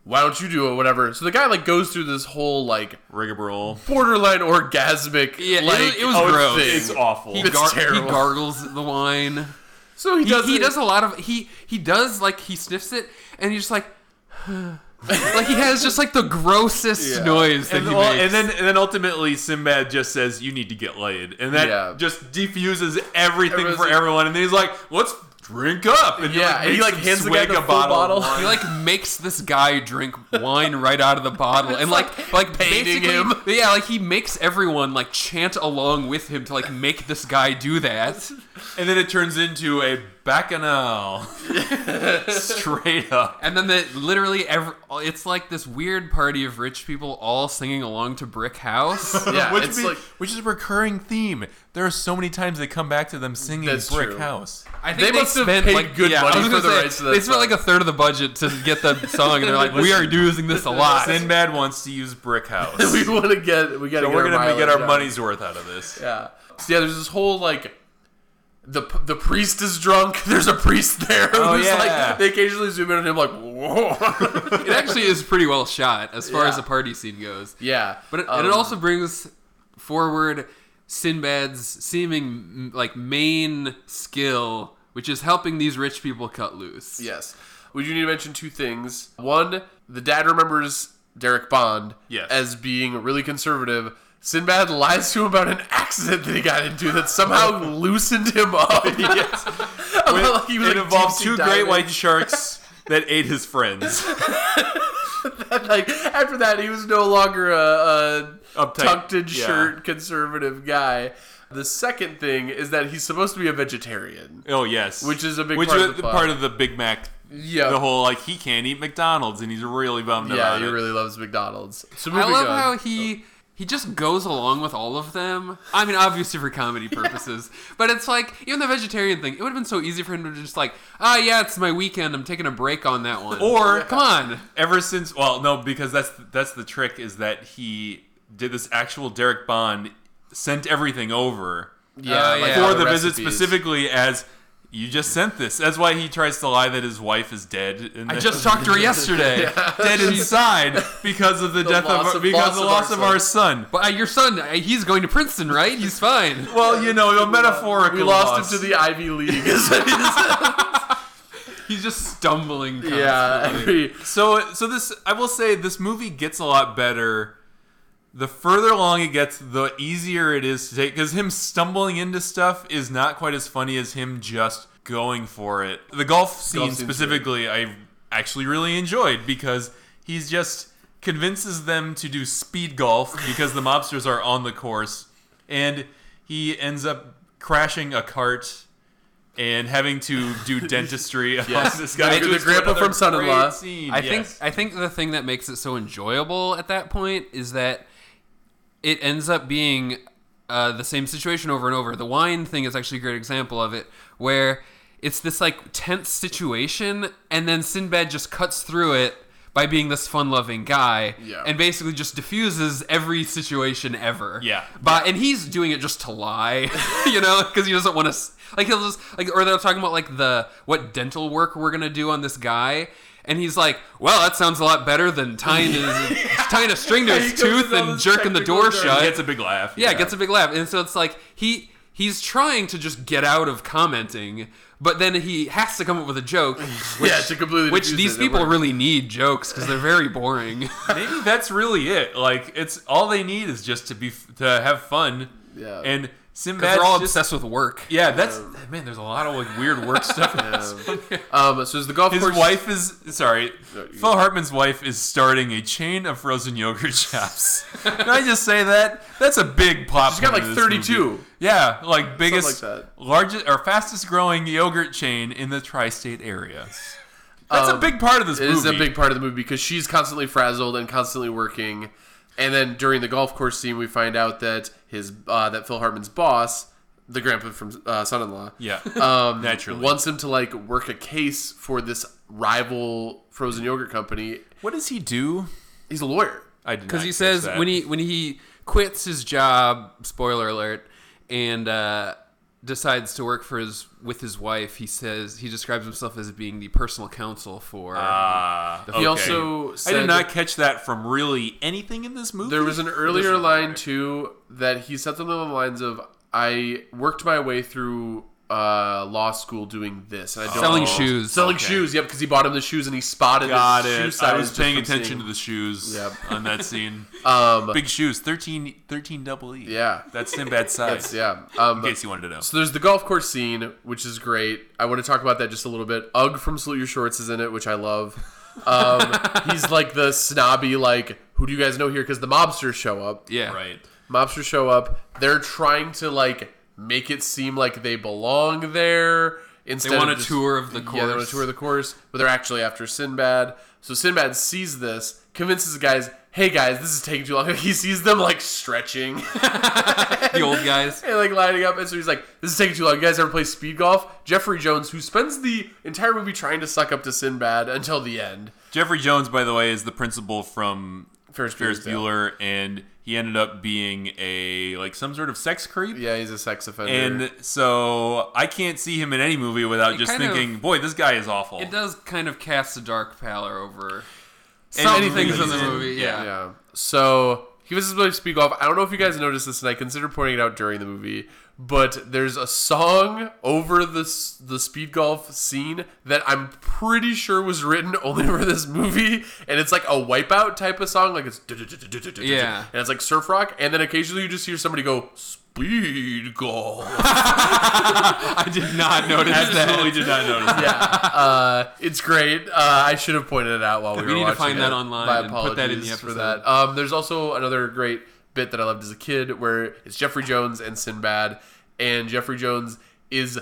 Speaker 1: "Why don't you do it?" Whatever. So the guy like goes through this whole like
Speaker 2: Rigmarole.
Speaker 1: borderline orgasmic.
Speaker 3: Yeah, it
Speaker 1: like,
Speaker 3: was- it was Oh, it's- gross.
Speaker 1: thing.
Speaker 2: It's awful.
Speaker 3: He,
Speaker 1: It's
Speaker 3: gar- he
Speaker 1: terrible.
Speaker 3: gargles the wine.
Speaker 1: So he
Speaker 3: He,
Speaker 1: does.
Speaker 3: he
Speaker 1: it-
Speaker 3: does a lot of he he does like he sniffs it and he's just like (sighs) like he has just like the grossest
Speaker 1: Yeah.
Speaker 3: noise that
Speaker 2: and,
Speaker 3: he
Speaker 2: well,
Speaker 3: makes.
Speaker 2: and then and then ultimately Sinbad just says you need to get laid and that
Speaker 1: Yeah.
Speaker 2: just defuses everything
Speaker 1: Everyone's
Speaker 2: for
Speaker 1: like-
Speaker 2: everyone and then he's like let's drink up and
Speaker 1: Yeah, and he,
Speaker 2: makes
Speaker 1: like,
Speaker 2: him
Speaker 1: hands the guy
Speaker 2: swig
Speaker 1: the
Speaker 2: a
Speaker 1: full
Speaker 2: bottle,
Speaker 1: bottle.
Speaker 2: of wine. (laughs)
Speaker 3: He like makes this guy drink wine right out of the bottle, and like like,
Speaker 1: painting
Speaker 3: basically,
Speaker 1: him.
Speaker 3: Yeah, like he makes everyone like chant along with him to like make this guy do that.
Speaker 2: and then it turns into a (laughs) bacchanal straight up
Speaker 3: And then the literally every, it's like this weird party of rich people all singing along to Brick House.
Speaker 1: (laughs) Yeah,
Speaker 2: which,
Speaker 1: it's
Speaker 2: be-
Speaker 1: like
Speaker 2: which is a recurring theme there are so many times they come back to them singing
Speaker 1: That's
Speaker 2: Brick
Speaker 1: true.
Speaker 2: House
Speaker 3: I think
Speaker 1: They must have paid good money
Speaker 3: I was
Speaker 1: for
Speaker 3: gonna
Speaker 1: the
Speaker 3: say,
Speaker 1: rights to that
Speaker 3: They spent
Speaker 1: song.
Speaker 3: like a third of the budget to get the song, and they're like, "We are using this a lot."
Speaker 2: Sinbad wants to use Brick House
Speaker 1: Uh, (laughs) we want to get we got to
Speaker 2: so we're
Speaker 1: our
Speaker 2: gonna
Speaker 1: mileage
Speaker 2: get our
Speaker 1: out.
Speaker 2: money's worth out of this
Speaker 1: (laughs) Yeah. So yeah, there's this whole like the the priest is drunk. (laughs) There's a priest there.
Speaker 2: Oh,
Speaker 1: who's,
Speaker 2: yeah.
Speaker 1: Like, they occasionally zoom in on him like whoa. (laughs)
Speaker 3: (laughs) It actually is pretty well shot as far
Speaker 1: Yeah.
Speaker 3: as the party scene goes.
Speaker 1: yeah,
Speaker 3: But it, and
Speaker 1: Um,
Speaker 3: it also brings forward Sinbad's seeming m- like main skill, which is helping these rich people cut loose.
Speaker 1: yes. We do need to mention two things. One, the dad remembers Derek Bond
Speaker 2: Yes.
Speaker 1: as being really conservative. Sinbad lies to him about an accident that he got into that
Speaker 2: (laughs)
Speaker 1: somehow loosened him up. (laughs) yes.
Speaker 2: It-
Speaker 1: like he was,
Speaker 2: it
Speaker 1: like,
Speaker 2: involved
Speaker 1: deep-sea
Speaker 2: two great
Speaker 1: diving.
Speaker 2: white sharks (laughs) that ate his
Speaker 1: (laughs)
Speaker 2: friends.
Speaker 1: like after that, he was no longer a, a
Speaker 2: Uptight,
Speaker 1: tucked in
Speaker 2: yeah.
Speaker 1: shirt conservative guy. The second thing is that he's supposed to be a vegetarian.
Speaker 2: Oh yes,
Speaker 1: Which is a big
Speaker 2: which
Speaker 1: part
Speaker 2: is
Speaker 1: of the plot.
Speaker 2: part of the Big Mac.
Speaker 1: Yeah.
Speaker 2: the whole like he can't eat McDonald's and he's really bummed
Speaker 1: Yeah,
Speaker 2: about
Speaker 1: he
Speaker 2: it.
Speaker 1: really loves McDonald's. So
Speaker 3: I
Speaker 1: moving
Speaker 3: love
Speaker 1: on.
Speaker 3: how he he just goes along with all of them. I mean, obviously
Speaker 1: (laughs)
Speaker 3: for comedy purposes, but it's like even the vegetarian thing. It would have been so easy for him to just like, ah, yeah, it's my weekend. I'm taking a break on that one.
Speaker 2: Or-
Speaker 3: (laughs) come on,
Speaker 2: Ever since, well, no, because that's that's the trick is that he did this actual Derek Bond sent everything over
Speaker 1: yeah,
Speaker 3: uh, yeah.
Speaker 1: all
Speaker 2: for the, visit
Speaker 1: recipes.
Speaker 2: specifically as. You just sent this. That's why he tries to lie that his wife is dead. And
Speaker 3: I
Speaker 2: that-
Speaker 3: just talked
Speaker 2: (laughs)
Speaker 3: to her
Speaker 1: (laughs)
Speaker 3: yesterday.
Speaker 2: dead inside because of the, death of,
Speaker 1: loss
Speaker 2: our-
Speaker 1: of- loss
Speaker 2: because of the
Speaker 1: of
Speaker 2: loss
Speaker 1: our
Speaker 2: of our son.
Speaker 3: But uh, your son, uh, he's going to Princeton, right? He's fine.
Speaker 2: Well, you know, a metaphorical.
Speaker 1: We lost
Speaker 2: loss.
Speaker 1: him to the Ivy League.
Speaker 3: (laughs) He's just stumbling.
Speaker 1: (laughs) yeah, every-
Speaker 2: So so this I will say this movie gets a lot better. The further along it gets, the easier it is to take because him stumbling into stuff is not quite as funny as him just going for it. The golf scene
Speaker 1: scene's great.
Speaker 2: specifically, I actually really enjoyed because he's just convinces them to do speed golf because the mobsters are on the course, and he ends up crashing a cart and having to
Speaker 1: (laughs)
Speaker 2: do dentistry on this guy.
Speaker 1: The- the
Speaker 2: who's
Speaker 1: grandpa
Speaker 2: another
Speaker 1: from Son-in-Law.
Speaker 2: great scene,
Speaker 3: I
Speaker 2: yes.
Speaker 3: think I think the thing that makes it so enjoyable at that point is that it ends up being uh, the same situation over and over. The wine thing is actually a great example of it, where it's this like tense situation, and then Sinbad just cuts through it by being this fun-loving guy,
Speaker 1: Yeah.
Speaker 3: and basically just diffuses every situation ever.
Speaker 2: Yeah.
Speaker 3: but and he's doing it just to lie, (laughs) you know, because he doesn't want to. Like he'll just like, or they're talking about like the what dental work we're gonna do on this guy, and he's like, "Well, that sounds a lot better than tying his tying a string to
Speaker 1: He
Speaker 3: his
Speaker 1: comes with
Speaker 3: tooth
Speaker 1: all
Speaker 3: and
Speaker 1: this
Speaker 3: jerking the
Speaker 1: technical
Speaker 3: door
Speaker 1: term.
Speaker 2: He
Speaker 3: shut.
Speaker 2: gets a big laugh.
Speaker 3: yeah, gets a big laugh. And so it's like he he's trying to just get out of commenting, but then he has to come up with a joke. Which,
Speaker 1: yeah, to completely
Speaker 3: which
Speaker 1: diffuse
Speaker 3: these
Speaker 1: it, it
Speaker 3: people
Speaker 1: works.
Speaker 3: really need jokes because they're very boring.
Speaker 2: maybe
Speaker 3: (laughs)
Speaker 2: that's really it. Like it's all they need is just to be to have fun.
Speaker 1: Yeah.
Speaker 2: And Sinbad's
Speaker 3: they're all
Speaker 2: just-
Speaker 3: obsessed with work.
Speaker 2: Yeah, that's man. There's a lot of like
Speaker 1: (laughs)
Speaker 2: weird work stuff. in this.
Speaker 1: Um, so is the golf
Speaker 2: His
Speaker 1: course
Speaker 2: wife is sorry.
Speaker 1: you-
Speaker 2: Phil Hartman's wife is starting a chain of frozen yogurt (laughs) shops. Can I just say that? That's a big pop.
Speaker 1: She's got
Speaker 2: point
Speaker 1: like
Speaker 2: of this movie.
Speaker 1: 32.
Speaker 2: Yeah, like biggest,
Speaker 1: like that.
Speaker 2: largest, or fastest growing yogurt chain in the tri-state area. That's a
Speaker 1: Um,
Speaker 2: big part of this
Speaker 1: It
Speaker 2: movie.
Speaker 1: is a big part of the movie because she's constantly frazzled and constantly working. And then during the golf course scene, we find out that his uh, that Phil Hartman's boss, the grandpa from uh, Son-in-Law,
Speaker 2: Yeah,
Speaker 1: (laughs) um,
Speaker 2: naturally.
Speaker 1: wants him to like work a case for this rival frozen yogurt company.
Speaker 2: what does he do?
Speaker 1: He's a lawyer.
Speaker 2: I did
Speaker 3: because
Speaker 2: not
Speaker 3: he
Speaker 2: catch
Speaker 3: says
Speaker 2: that.
Speaker 3: when he when he quits his job spoiler alert and uh, decides to work for his with his wife he says he describes himself as being the personal counsel for
Speaker 2: Ah,
Speaker 1: He
Speaker 2: okay.
Speaker 1: also
Speaker 2: I did
Speaker 1: said
Speaker 2: not catch that from really anything in this movie.
Speaker 1: there
Speaker 2: (laughs)
Speaker 1: was an
Speaker 2: It
Speaker 1: earlier
Speaker 2: doesn't
Speaker 1: line
Speaker 2: matter.
Speaker 1: too that he said something along the lines of "I worked my way through uh, law school doing this." And I don't
Speaker 3: selling
Speaker 1: know-
Speaker 3: shoes
Speaker 1: oh. Selling shoes, yep, because he bought him the shoes and he spotted
Speaker 2: Got
Speaker 1: the shoe
Speaker 2: it.
Speaker 1: size
Speaker 2: I was
Speaker 1: just
Speaker 2: paying
Speaker 1: from
Speaker 2: attention
Speaker 1: seeing-
Speaker 2: to the shoes
Speaker 1: Yep.
Speaker 2: on that scene.
Speaker 1: (laughs) Um,
Speaker 2: Big shoes, 13, 13 double E.
Speaker 1: Yeah. (laughs)
Speaker 2: That's Sinbad's size.
Speaker 1: That's- yeah. Um,
Speaker 2: In case you wanted to know.
Speaker 1: so there's the golf course scene, which is great. I want to talk about that just a little bit. Ugg from Salute Your Shorts is in it, which I love. Um,
Speaker 2: (laughs)
Speaker 1: he's like the snobby, like, who do you guys know here? Because the mobsters show up.
Speaker 3: yeah
Speaker 2: Right.
Speaker 1: Mobsters show up. They're trying to like make it seem like they belong there. Instead
Speaker 3: want
Speaker 1: of
Speaker 3: a
Speaker 1: just-
Speaker 3: tour of the
Speaker 1: Yeah, they want
Speaker 3: course.
Speaker 1: a tour of the course, but they're actually after Sinbad. So Sinbad sees this, convinces the guys, "Hey guys, this is taking too long." (laughs) He sees them like stretching. (laughs)
Speaker 3: (laughs) the old guys
Speaker 1: and like lining up. And so he's like, "This is taking too long. You guys ever play speed golf?" Jeffrey Jones, who spends the entire movie trying to suck up to Sinbad until the end.
Speaker 2: Jeffrey Jones, by the way, is the principal from
Speaker 1: Ferris
Speaker 2: Ferris
Speaker 1: Bueller's Day Off.
Speaker 2: Bueller, and he ended up being a like some sort of sex creep.
Speaker 1: Yeah, he's a sex offender.
Speaker 2: And so I can't see him in any movie without just
Speaker 3: kind of-
Speaker 2: thinking, boy, this guy is awful.
Speaker 3: it does kind of cast a dark pallor over (laughs)
Speaker 2: And
Speaker 3: some
Speaker 2: anything
Speaker 3: things in the
Speaker 2: he's in.
Speaker 3: movie yeah,
Speaker 1: yeah. So he was supposed to speak off. I don't know if you guys noticed this, and I consider pointing it out during the movie. But there's a song over the s- the speed golf scene that I'm pretty sure was written (laughs) only for this movie, and it's like a wipeout type of song, like it's
Speaker 3: Yeah.
Speaker 1: and it's like surf rock, and then occasionally you just hear somebody go speed golf.
Speaker 3: I did not notice
Speaker 2: Absolutely
Speaker 1: (laughs)
Speaker 2: did not notice. that.
Speaker 1: yeah, uh, it's great. Uh, I should have pointed it out while we, were
Speaker 3: need to
Speaker 1: watching
Speaker 3: find
Speaker 1: it.
Speaker 3: that online
Speaker 1: My
Speaker 3: and put that in the
Speaker 1: apologies for
Speaker 3: episode.
Speaker 1: that. Um, there's also another great bit that I loved as a kid where it's Jeffrey Jones and Sinbad, and Jeffrey Jones is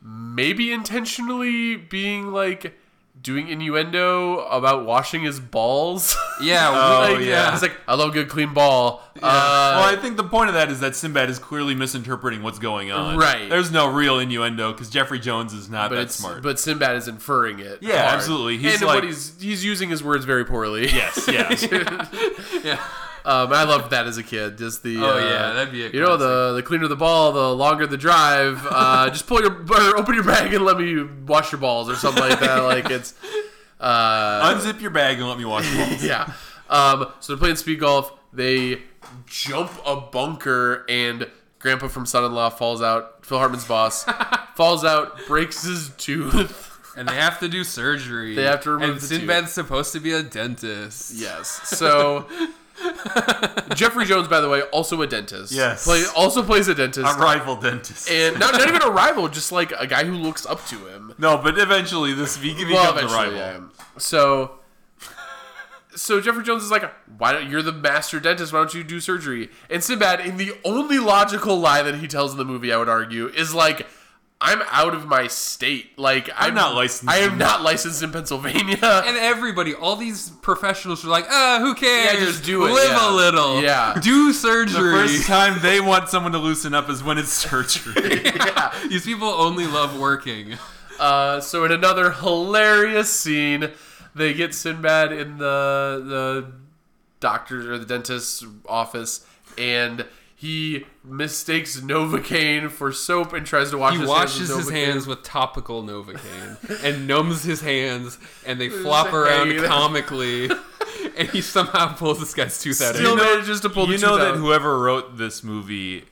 Speaker 1: maybe intentionally being like doing innuendo about washing his balls. (laughs)
Speaker 3: yeah
Speaker 2: Oh,
Speaker 1: like,
Speaker 2: yeah.
Speaker 1: It's like I love a good clean ball. Uh,
Speaker 2: well, I think the point of that is that Sinbad is clearly misinterpreting what's going on.
Speaker 1: Right.
Speaker 2: There's no real innuendo because Jeffrey Jones is not
Speaker 1: but
Speaker 2: that
Speaker 1: it's
Speaker 2: smart. (laughs)
Speaker 1: but Sinbad is inferring it.
Speaker 2: Yeah, absolutely. He's
Speaker 1: He's and
Speaker 2: like-
Speaker 1: what he's he's using his words very poorly.
Speaker 2: yes, yes.
Speaker 1: (laughs) Um, I loved that as a kid. Just the
Speaker 3: Oh,
Speaker 1: uh,
Speaker 3: yeah, that'd be a
Speaker 1: you know the the cleaner the ball, the longer the drive.
Speaker 3: (laughs)
Speaker 1: Uh, just pull your or open your bag and let me wash your balls or something like that. Like
Speaker 3: (laughs)
Speaker 1: it's uh,
Speaker 2: (laughs) Unzip your bag and let me watch
Speaker 1: (laughs)
Speaker 2: the ball.
Speaker 1: yeah. Um, so they're playing speed golf. They jump a bunker and Grandpa from Son-in-Law falls out. Phil Hartman's
Speaker 3: (laughs)
Speaker 1: boss falls out, breaks his tooth.
Speaker 3: and they have to do surgery
Speaker 1: They have to remove the
Speaker 3: and
Speaker 1: tooth.
Speaker 3: Sinbad's supposed to be a dentist
Speaker 1: Yes. So Jeffrey Jones, by the way, also a dentist.
Speaker 2: Yes.
Speaker 1: Play, also plays a dentist.
Speaker 2: A rival dentist.
Speaker 1: and not, not even a rival, just like a guy who looks up to him.
Speaker 2: no, but eventually this be- becomes
Speaker 1: Well,
Speaker 2: a
Speaker 1: eventually,
Speaker 2: rival.
Speaker 1: yeah. So, so Jeffrey Jones is like, "Why don't you're the master dentist? Why don't you do surgery?" And Sinbad, in the only logical lie that he tells in the movie, I would argue, is like, "I'm out of my state. Like, I'm,
Speaker 2: not licensed
Speaker 1: I am
Speaker 2: in-
Speaker 1: not licensed in Pennsylvania." (laughs)
Speaker 3: and everybody, all these professionals are like, uh, who cares?
Speaker 1: Yeah, just do it,
Speaker 3: Live
Speaker 1: yeah.
Speaker 3: a little.
Speaker 1: Yeah.
Speaker 3: Do
Speaker 2: The
Speaker 3: surgery. (laughs)
Speaker 2: first time they want someone to loosen up is when
Speaker 1: (laughs)
Speaker 2: it's surgery.
Speaker 3: these people only love working.
Speaker 1: Uh, so in another hilarious scene, they get Sinbad in the the doctor's or the dentist's office, and he mistakes Novocaine for soap and tries to wash.
Speaker 3: He
Speaker 1: his
Speaker 3: washes
Speaker 1: hands
Speaker 3: his
Speaker 1: with
Speaker 3: hands with topical Novocaine and numbs his hands, and they flop around
Speaker 1: hanging.
Speaker 3: comically. (laughs) and he somehow pulls this guy's tooth out.
Speaker 2: Still-
Speaker 3: of
Speaker 1: He
Speaker 3: it.
Speaker 1: manages to pull the
Speaker 2: you know
Speaker 1: tooth
Speaker 2: that
Speaker 1: out.
Speaker 2: whoever wrote this movie,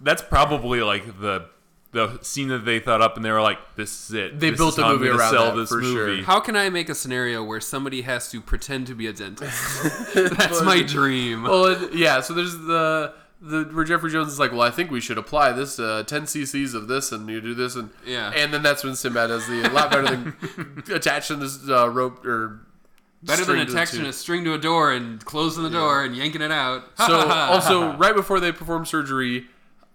Speaker 2: that's probably like the the scene that they thought up, and they were like, "This is it.
Speaker 1: They
Speaker 2: This
Speaker 1: built
Speaker 2: is
Speaker 1: the
Speaker 2: how I'm
Speaker 1: movie
Speaker 2: gonna
Speaker 1: around
Speaker 2: sell
Speaker 1: that,
Speaker 2: this
Speaker 1: for sure.
Speaker 2: movie."
Speaker 3: How can I make a scenario where somebody has to pretend to be a
Speaker 1: (laughs)
Speaker 3: dentist? That's my dream.
Speaker 1: well, and- yeah. So there's the the where Jeffrey Jones is like, well, I think we should apply this uh, 10 cc's of this, and you do this, and
Speaker 3: Yeah.
Speaker 1: and then that's when Sinbad has the a lot better than attaching this uh, rope or
Speaker 3: Better
Speaker 1: string
Speaker 3: than
Speaker 1: to the
Speaker 3: attaching
Speaker 1: tooth.
Speaker 3: a string to a door and closing the door and yanking it out. (laughs)
Speaker 1: So also right before they perform surgery,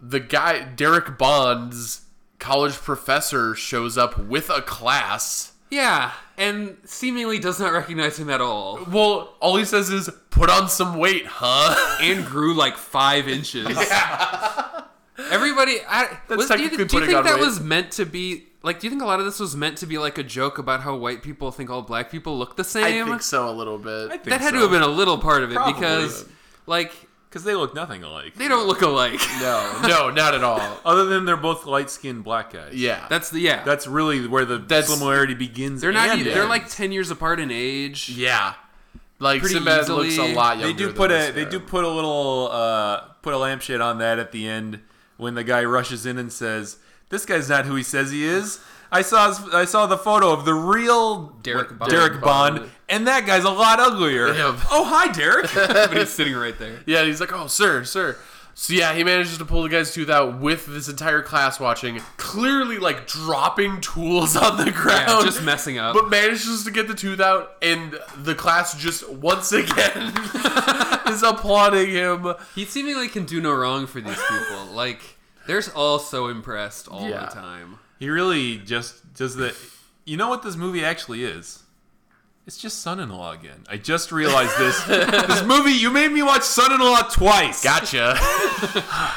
Speaker 1: the guy Derek Bond's college professor shows up with a class.
Speaker 3: yeah, and seemingly does not recognize him at all,
Speaker 1: Well, all he says is put on some weight,
Speaker 3: (laughs)
Speaker 1: huh?
Speaker 3: and grew like
Speaker 1: (laughs)
Speaker 3: five inches. Everybody, I, was,
Speaker 1: technically
Speaker 3: do you, do you
Speaker 1: putting
Speaker 3: think
Speaker 1: on
Speaker 3: that
Speaker 1: weight.
Speaker 3: was meant to be like? Do you think a lot of this was meant to be like a joke about how white people think all black people look the
Speaker 1: I
Speaker 3: same?
Speaker 1: think so a little bit.
Speaker 3: That had to have been a little part of it
Speaker 2: Probably.
Speaker 3: because, like,
Speaker 2: because they look nothing alike.
Speaker 3: they don't look alike. (laughs)
Speaker 1: No, (laughs) no, not at all.
Speaker 2: Other than they're both light-skinned black guys.
Speaker 1: Yeah,
Speaker 3: That's the yeah.
Speaker 2: that's really where the
Speaker 1: That's-
Speaker 2: similarity begins.
Speaker 3: they're not.
Speaker 2: and
Speaker 3: e- They're
Speaker 2: ends.
Speaker 3: like ten years apart in age.
Speaker 1: yeah. Like
Speaker 3: Pretty
Speaker 1: Sinbad
Speaker 3: easily.
Speaker 1: looks a lot younger.
Speaker 2: They do
Speaker 1: than
Speaker 2: put
Speaker 1: this
Speaker 2: a they
Speaker 1: guy.
Speaker 2: do put a little uh, put a lampshade on that at the end when the guy rushes in and says, "This guy's not who he says he is." I saw his, I saw the photo of the real
Speaker 3: Derek
Speaker 2: what-
Speaker 3: Bond.
Speaker 2: Derek Bond, and that guy's a lot uglier.
Speaker 1: Yeah.
Speaker 2: Oh hi, Derek.
Speaker 3: But he's sitting
Speaker 1: (laughs)
Speaker 3: right there.
Speaker 1: Yeah, and he's like, "Oh, sir, sir." So yeah, he manages to pull the guy's tooth out with this entire class watching, clearly like dropping tools (laughs) on the ground,
Speaker 3: Yeah, just messing up.
Speaker 1: But manages to get the tooth out, and the class just once again (laughs) is applauding him.
Speaker 3: He seemingly can do no wrong for these people. Like they're all so impressed all
Speaker 1: Yeah.
Speaker 3: the time.
Speaker 2: he really just does the. You know what this movie actually is. It's just son-in-law again. I just realized this.
Speaker 3: (laughs)
Speaker 2: this movie, you made me watch son-in-law twice. (sighs)
Speaker 1: Gotcha.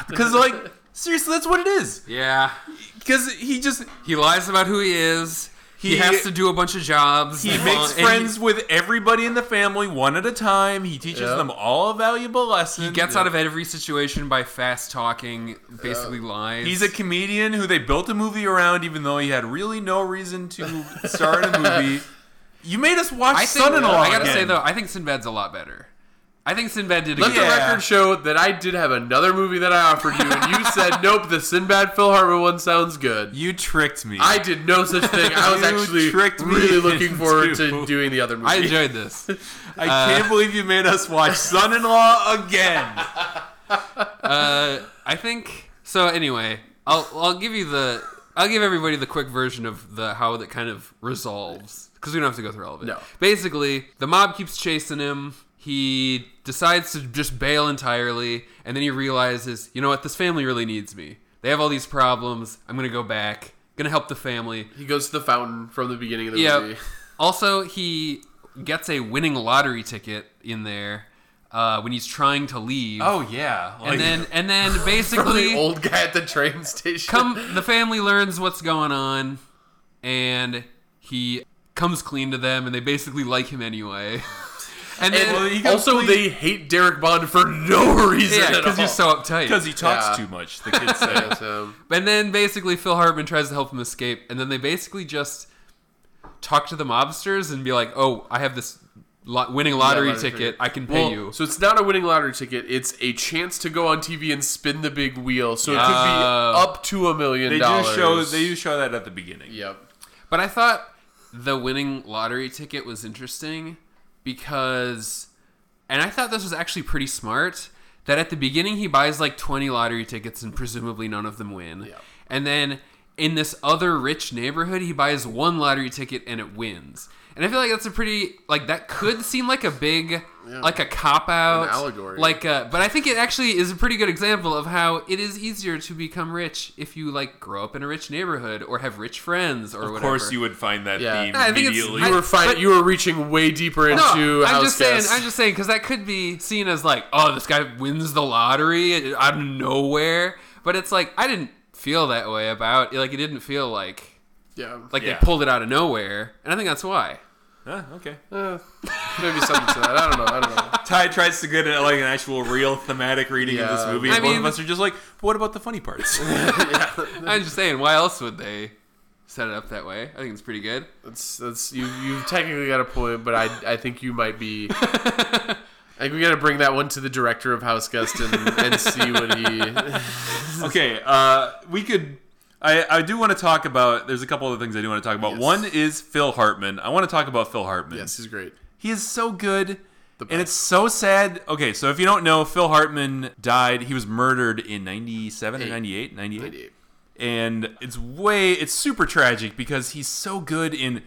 Speaker 2: Because like, seriously, that's what it is.
Speaker 3: Yeah,
Speaker 2: Because he just
Speaker 3: he lies about who he is. He,
Speaker 2: He-
Speaker 3: has to do a bunch of jobs.
Speaker 2: He
Speaker 3: And-
Speaker 2: makes
Speaker 3: and he-
Speaker 2: friends with everybody in the family one at a time. He teaches
Speaker 1: Yep.
Speaker 2: them all a valuable lesson.
Speaker 3: He gets out of every situation by fast talking, basically lies.
Speaker 2: He's a comedian who they built a movie around, even though he had really no reason to star in a
Speaker 3: (laughs)
Speaker 2: movie. You made us watch
Speaker 3: I think,
Speaker 2: Son-in-Law.
Speaker 3: I gotta
Speaker 2: again.
Speaker 3: say though, I think Sinbad's a lot better. I think Sinbad did a
Speaker 1: Let
Speaker 3: good
Speaker 1: the
Speaker 2: Yeah.
Speaker 1: record show that I did have another movie that I offered you, and you
Speaker 2: (laughs)
Speaker 1: said, "Nope, the Sinbad Phil Hartman one sounds good."
Speaker 2: you tricked me.
Speaker 1: I did no such thing. I was
Speaker 2: You
Speaker 1: actually
Speaker 2: tricked me
Speaker 1: really looking forward to
Speaker 2: (laughs) into-
Speaker 1: doing the other movie.
Speaker 3: I
Speaker 2: (laughs)
Speaker 3: enjoyed this.
Speaker 2: I can't believe you made us watch Son-in-Law again.
Speaker 3: Uh, I think so. Anyway, I'll I'll give you the I'll give everybody the quick version of the how that kind of resolves because we don't have to go through all of it.
Speaker 1: No.
Speaker 3: Basically, the mob keeps chasing him. He decides to just bail entirely, and then he realizes, you know what, this family really needs me. They have all these problems. I'm gonna go back. Gonna help the family.
Speaker 1: He goes to the fountain from the beginning of the
Speaker 3: Yeah.
Speaker 1: movie. (laughs)
Speaker 3: Also, he gets a winning lottery ticket in there uh, when he's trying to leave.
Speaker 1: Oh
Speaker 2: yeah.
Speaker 3: and (laughs) then
Speaker 1: (laughs)
Speaker 3: and then
Speaker 1: From
Speaker 3: basically
Speaker 1: the old guy at the train station.
Speaker 3: come the family learns what's going on, and he comes clean to them, and they basically like him anyway. (laughs) And then
Speaker 2: Well, he goes-
Speaker 1: (laughs) also, they hate Derek Bond for no reason.
Speaker 3: yeah,
Speaker 1: because
Speaker 3: because you're so uptight.
Speaker 2: because he talks
Speaker 1: Yeah.
Speaker 2: too much, the kids say.
Speaker 3: And then basically Phil Hartman tries to help him escape, and then they basically just talk to the mobsters and be like, "Oh, I have this lo- winning lottery,
Speaker 1: lottery
Speaker 3: ticket.
Speaker 1: ticket.
Speaker 3: I can pay
Speaker 1: Well,
Speaker 3: you."
Speaker 1: So it's not a winning lottery ticket. It's a chance to go on TV and spin the big wheel. So it could be
Speaker 3: Oh.
Speaker 1: up to a million
Speaker 2: (laughs) They do
Speaker 1: dollars.
Speaker 2: show. They do show that at the beginning.
Speaker 1: Yep.
Speaker 3: But I thought the winning lottery ticket was interesting because, and I thought this was actually pretty smart. That at the beginning he buys like twenty lottery tickets and presumably none of them win,
Speaker 1: Yeah.
Speaker 3: and then in this other rich neighborhood he buys one lottery ticket and it wins. And I feel like that's a pretty like that could seem like a big like a cop out
Speaker 1: An allegory.
Speaker 3: like uh, but I think it actually is a pretty good example of how it is easier to become rich if you like grow up in a rich neighborhood or have rich friends or
Speaker 2: Of
Speaker 3: whatever.
Speaker 2: course, you would find that
Speaker 1: Yeah.
Speaker 2: theme
Speaker 3: I think it's-
Speaker 2: immediately.
Speaker 1: You were fine.
Speaker 3: but-
Speaker 1: you were reaching way deeper into
Speaker 3: No, I'm
Speaker 1: house
Speaker 3: just saying.
Speaker 1: guests.
Speaker 3: I'm just saying because that could be seen as like, oh, this guy wins the lottery out of nowhere. But it's like I didn't feel that way about. Like it didn't feel like
Speaker 1: yeah.
Speaker 3: like
Speaker 2: Yeah.
Speaker 3: they pulled it out of nowhere, and I think that's why.
Speaker 2: Huh, okay.
Speaker 1: maybe something to that. I don't know. I don't know.
Speaker 2: Ty tries to get at like an actual real thematic reading of this
Speaker 1: Yeah.
Speaker 2: movie,
Speaker 3: I
Speaker 2: and both
Speaker 3: mean-
Speaker 2: of us are just like, but what about the funny parts?
Speaker 3: I'm just saying, why else would they set it up that way. I think it's pretty good.
Speaker 1: (laughs) That's that's you. You've technically got a point, but I I think you might
Speaker 3: (laughs)
Speaker 1: be. I think we got to bring that one to the director of House Guest and, and see what he.
Speaker 2: (laughs)
Speaker 1: (laughs)
Speaker 2: okay, uh, we could. I, I do want to talk about. There's a couple other things I do want to talk about.
Speaker 1: Yes.
Speaker 2: One is Phil Hartman. I want to talk about Phil Hartman.
Speaker 1: Yes, he's great.
Speaker 2: He is so good.
Speaker 1: best.
Speaker 2: And it's so sad. Okay, so if you don't know, Phil Hartman died. He was murdered in 97 or
Speaker 1: Eight.
Speaker 2: 98? 98?
Speaker 1: 98.
Speaker 2: And it's way, it's super tragic because he's so good in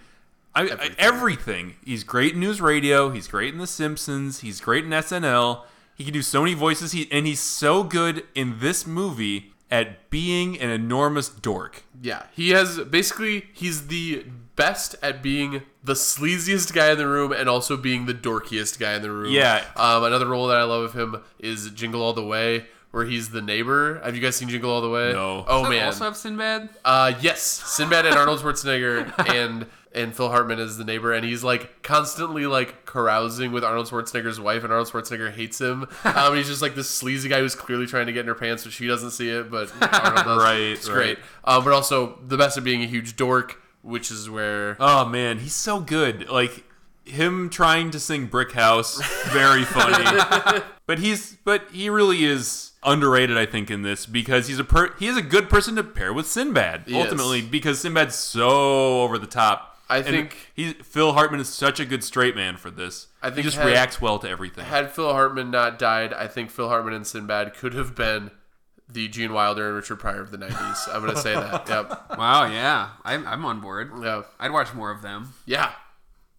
Speaker 2: I, everything.
Speaker 1: Everything.
Speaker 2: I, everything. He's great in news radio. He's great in The Simpsons. He's great in SNL. He can do so many voices. He, and he's so good in this movie at being an enormous dork.
Speaker 1: Yeah, he has basically he's the best at being the sleaziest guy in the room and also being the dorkiest guy in the room.
Speaker 2: Yeah.
Speaker 1: Um, another role that I love of him is Jingle All the Way, where he's the neighbor. Have you guys seen Jingle All the Way?
Speaker 2: No.
Speaker 1: Oh
Speaker 3: Doesn't it
Speaker 1: man.
Speaker 3: Also have Sinbad.
Speaker 1: Uh, yes, Sinbad and Arnold Schwarzenegger and and Phil Hartman is the neighbor, and he's like constantly like carousing with Arnold Schwarzenegger's wife, and Arnold Schwarzenegger hates him.
Speaker 2: (laughs)
Speaker 1: Um, he's just like this sleazy guy who's clearly trying to get in her pants, but she doesn't see it.
Speaker 2: (laughs)
Speaker 1: But Arnold does.
Speaker 2: Right,
Speaker 1: it's
Speaker 2: right.
Speaker 1: great. Um, but also the best of being a huge dork, which is where uh,
Speaker 2: Oh man, he's so good. Like him trying to sing Brick House,
Speaker 1: (laughs)
Speaker 2: very funny. but he's but he really is underrated, I think, in this because he's a per- he is a good person to pair with Sinbad
Speaker 1: Yes.
Speaker 2: ultimately because Sinbad's so over the top.
Speaker 1: I
Speaker 2: And
Speaker 1: think-
Speaker 2: he Phil Hartman is such a good straight man for this.
Speaker 1: I
Speaker 2: he
Speaker 1: think
Speaker 2: just
Speaker 1: had-
Speaker 2: reacts well to everything.
Speaker 1: had Phil Hartman not died, I think Phil Hartman and Sinbad could have been the Gene Wilder and Richard Pryor of the '90s. I'm gonna say
Speaker 2: (laughs)
Speaker 1: that. Yep.
Speaker 3: Wow. Yeah. I'm, I'm on board.
Speaker 1: Yeah.
Speaker 3: I'd watch more of them.
Speaker 1: Yeah.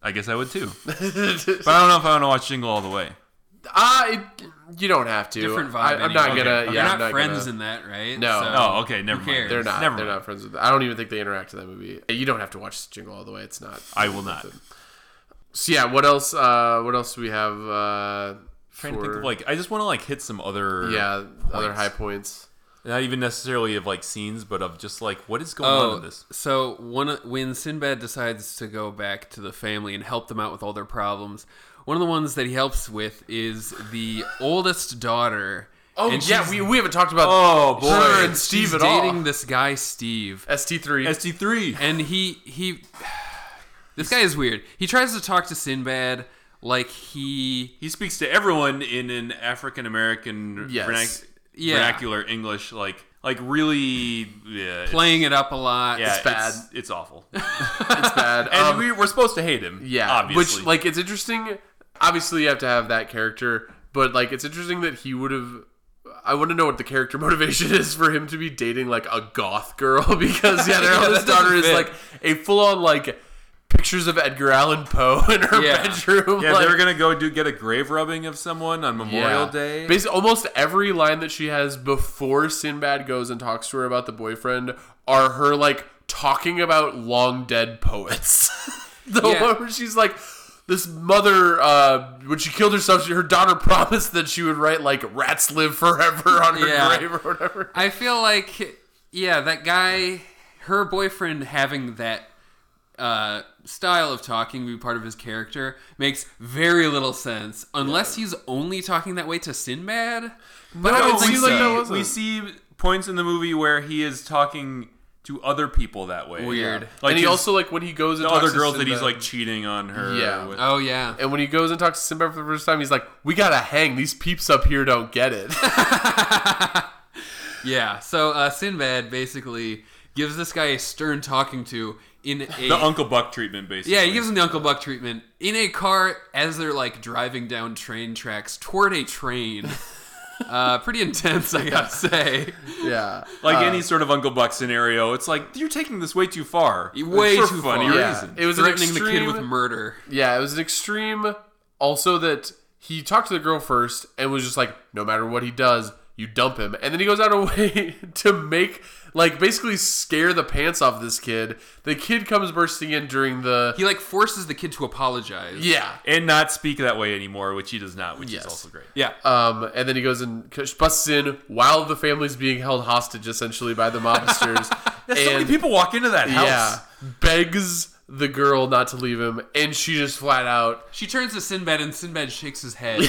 Speaker 2: I guess I would
Speaker 1: (laughs)
Speaker 2: too. but I don't know if I want to watch Jingle All the Way.
Speaker 1: Uh, it, you don't have to.
Speaker 3: Different vibe.
Speaker 1: I, I'm not
Speaker 2: anyway.
Speaker 1: gonna.
Speaker 2: Okay.
Speaker 1: Yeah,
Speaker 2: Okay.
Speaker 3: They're
Speaker 1: I'm
Speaker 3: not, friends
Speaker 1: gonna-
Speaker 3: in that, right?
Speaker 1: No.
Speaker 2: Oh, okay, never mind.
Speaker 3: cares?
Speaker 1: they're not.
Speaker 2: Never
Speaker 1: they're
Speaker 2: mind.
Speaker 1: not friends with. I don't even think they interact in that movie. You don't have to watch Jingle All the Way. It's not.
Speaker 2: I will not.
Speaker 1: So yeah, what else? Uh, what else do we have? Uh,
Speaker 2: trying to think of like I just want to like hit some other
Speaker 1: yeah, other high points.
Speaker 2: Not even necessarily of like scenes, but of just like what is going on
Speaker 3: Oh,
Speaker 2: in this.
Speaker 3: so one of- when Sinbad decides to go back to the family and help them out with all their problems, one of the ones that he helps with is the oldest daughter.
Speaker 1: Oh
Speaker 3: and
Speaker 1: yeah,
Speaker 3: she's-
Speaker 1: we, we haven't talked about
Speaker 2: Oh, boy.
Speaker 1: her and
Speaker 3: she's
Speaker 1: Steve at
Speaker 3: dating
Speaker 1: all.
Speaker 3: this guy Steve,
Speaker 1: St
Speaker 2: (laughs)
Speaker 1: three. Um,
Speaker 2: ST three.
Speaker 3: and he he. (sighs) This guy is weird. He tries to talk to Sinbad like he
Speaker 2: He speaks to everyone in an African American
Speaker 1: Yes.
Speaker 2: vernac-
Speaker 3: Yeah.
Speaker 2: vernacular English, like like really yeah, it's-
Speaker 3: playing it up a lot.
Speaker 2: yeah,
Speaker 1: It's bad.
Speaker 2: It's, it's awful,
Speaker 1: It's bad.
Speaker 2: and
Speaker 1: Um,
Speaker 2: we, we're supposed to hate him.
Speaker 1: Yeah,
Speaker 2: obviously.
Speaker 1: which like it's interesting. Obviously, you have to have that character, but like it's interesting that he would have. I want to know what the character (laughs) motivation is for him to be dating like a goth girl (laughs) because yeah, their
Speaker 3: (laughs) Yeah,
Speaker 1: oldest
Speaker 3: that doesn't
Speaker 1: daughter is
Speaker 3: fit.
Speaker 1: like a full on like pictures of Edgar Allan Poe (laughs) in her
Speaker 3: Yeah.
Speaker 1: bedroom.
Speaker 2: yeah,
Speaker 1: like,
Speaker 2: they were gonna go do get a grave rubbing of someone on Memorial Day.
Speaker 1: Basically, almost every line that she has before Sinbad goes and talks to her about the boyfriend are her like talking about long dead poets. (laughs) the
Speaker 3: Yeah.
Speaker 1: one where she's like, this mother, uh, when she killed herself, she, her daughter (laughs) promised that she would write like "Rats live forever" on her
Speaker 3: Yeah.
Speaker 1: grave or whatever.
Speaker 3: I feel like, yeah, that guy, her boyfriend having that uh, style of talking be part of his character makes very little sense unless he's only talking that way to Sinbad. But
Speaker 1: No,
Speaker 3: I
Speaker 1: it
Speaker 3: would think
Speaker 1: seems like that
Speaker 3: so.
Speaker 1: wasn't-
Speaker 2: we see points in the movie where he is talking to other people that way.
Speaker 3: Weird.
Speaker 2: Like
Speaker 1: and he
Speaker 2: his-
Speaker 1: also like when he goes and
Speaker 2: the
Speaker 1: talks
Speaker 2: other
Speaker 1: to
Speaker 2: girls that he's
Speaker 1: Sinbad-
Speaker 2: like cheating on her.
Speaker 1: Yeah.
Speaker 2: With.
Speaker 3: Oh yeah,
Speaker 1: And when he goes and talks to Sinbad for the first time, he's like, "We gotta hang. These peeps up here don't get it."
Speaker 3: yeah. So uh, Sinbad basically gives this guy a stern talking to in a
Speaker 2: the Uncle Buck treatment, basically.
Speaker 3: Yeah, he gives him the Uncle Buck treatment in a car as they're like driving down train tracks toward
Speaker 2: (laughs)
Speaker 3: a train. uh, pretty intense, I gotta say.
Speaker 1: yeah,
Speaker 2: like
Speaker 3: uh,
Speaker 2: any sort of Uncle Buck scenario. It's like you're taking this way too far.
Speaker 3: Way
Speaker 2: for
Speaker 3: too
Speaker 2: funny
Speaker 3: far.
Speaker 1: Yeah.
Speaker 2: reason.
Speaker 1: It was an
Speaker 3: threatening the kid
Speaker 1: extreme-
Speaker 3: with murder.
Speaker 1: Yeah, it was an extreme. Also, that he talked to the girl first and was just like, no matter what he does, you dump him. And then he goes out of (laughs) way to make, like, basically scare the pants off this kid. The kid comes bursting in during the.
Speaker 3: He like forces the kid to apologize.
Speaker 1: Yeah.
Speaker 2: and not speak that way anymore, which he does not, which
Speaker 1: Yes.
Speaker 2: is also great.
Speaker 3: Yeah.
Speaker 1: Um, and then he goes and c- busts in while the family's being held hostage, essentially, by the mobsters.
Speaker 2: so many people walk into that house.
Speaker 1: Yeah. Begs the girl not to leave him, and she just flat out.
Speaker 3: She turns to Sinbad and Sinbad shakes
Speaker 1: (laughs)
Speaker 3: his head. and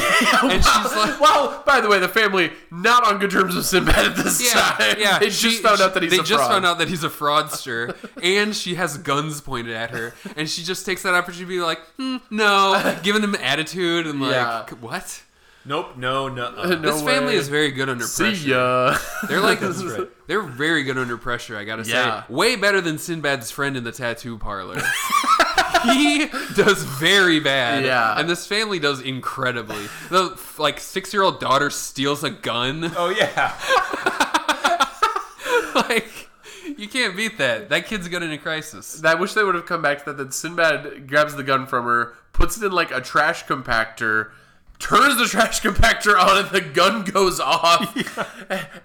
Speaker 3: she's like,
Speaker 1: Well, by the way, the family not on good terms with Sinbad at this
Speaker 3: Yeah,
Speaker 1: time.
Speaker 3: yeah.
Speaker 1: They
Speaker 3: she-
Speaker 1: just found out that he's
Speaker 3: they
Speaker 1: a
Speaker 3: just
Speaker 1: fraud.
Speaker 3: found out that he's a fraudster, and she has guns pointed at her, and she just takes that opportunity to be like, hmm, no, giving him attitude and like,
Speaker 1: Yeah.
Speaker 3: what?
Speaker 2: Nope, no, no.
Speaker 1: (laughs)
Speaker 3: (laughs)
Speaker 1: No
Speaker 3: this family
Speaker 1: way.
Speaker 3: is very good under
Speaker 1: See
Speaker 3: pressure.
Speaker 1: ya. (laughs)
Speaker 3: They're like, they're very good under pressure. I gotta
Speaker 1: Yeah.
Speaker 3: say, way better than Sinbad's friend in the tattoo parlor. (laughs) he does very bad,
Speaker 1: Yeah.
Speaker 3: and this family does incredibly. The like six year old daughter steals a gun. (laughs)
Speaker 2: Oh yeah.
Speaker 3: like you can't beat that. That kid's going into crisis.
Speaker 1: I wish they would have come back to that. That Sinbad grabs the gun from her, puts it in like a trash compactor, turns the trash compactor on, and the gun goes
Speaker 2: (laughs)
Speaker 1: off.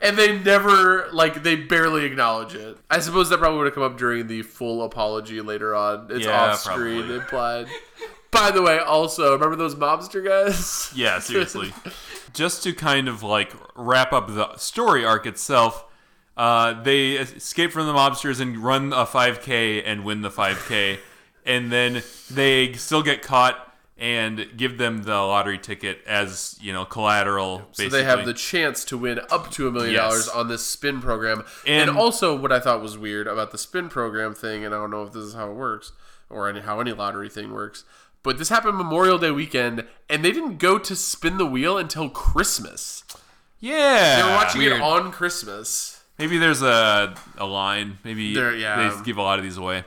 Speaker 1: And they never, like, they barely acknowledge it. I suppose that probably would have come up during the full apology later on. It's
Speaker 2: Yeah,
Speaker 1: off screen,
Speaker 2: probably.
Speaker 1: implied. By the way, also, remember those mobster guys? (laughs)
Speaker 2: Yeah, seriously. Just to kind of like wrap up the story arc itself, uh, they escape from the mobsters and run a 5K and win the 5K, and then they still get caught and give them the lottery ticket as you know collateral. Basically,
Speaker 1: So they have the chance to win up to a million
Speaker 2: Yes.
Speaker 1: dollars on this spin program. And,
Speaker 2: And-
Speaker 1: also, what I thought was weird about the spin program thing, and I don't know if this is how it works or any, how any lottery thing works, but this happened Memorial Day weekend, and they didn't go to spin the wheel until Christmas.
Speaker 2: yeah.
Speaker 1: They
Speaker 2: Ah,
Speaker 1: were watching
Speaker 3: weird.
Speaker 1: it on Christmas.
Speaker 2: Maybe there's a a line. Maybe
Speaker 1: There- yeah.
Speaker 2: they give a lot of these away.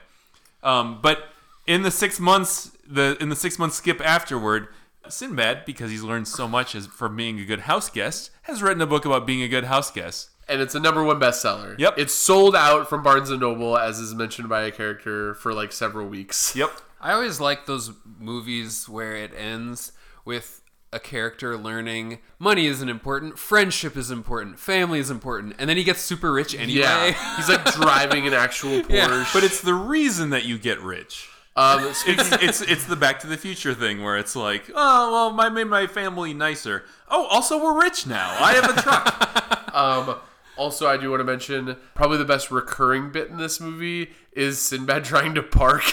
Speaker 2: Um, but in the six months, the in the six month skip afterward, Sinbad, because he's learned so much as, from being a good house guest, has written a book about being a good house guest.
Speaker 1: And it's a number one bestseller.
Speaker 2: Yep.
Speaker 1: It's sold out from Barnes and Noble, as is mentioned by a character, for like several weeks.
Speaker 2: Yep.
Speaker 3: I always like those movies where it ends with a character learning money isn't important, friendship is important, family is important, and then he gets super rich anyway.
Speaker 1: Yeah. He's like driving an
Speaker 2: (laughs)
Speaker 1: actual Porsche.
Speaker 3: Yeah.
Speaker 2: But it's the reason that you get rich.
Speaker 1: um, speaking
Speaker 2: It's (laughs) it's it's the Back to the Future thing where it's like, oh well, I made my family nicer. Oh, also we're rich now. I have a truck.
Speaker 1: Um, also, I do want to mention probably the best recurring bit in this movie is Sinbad (laughs) trying to park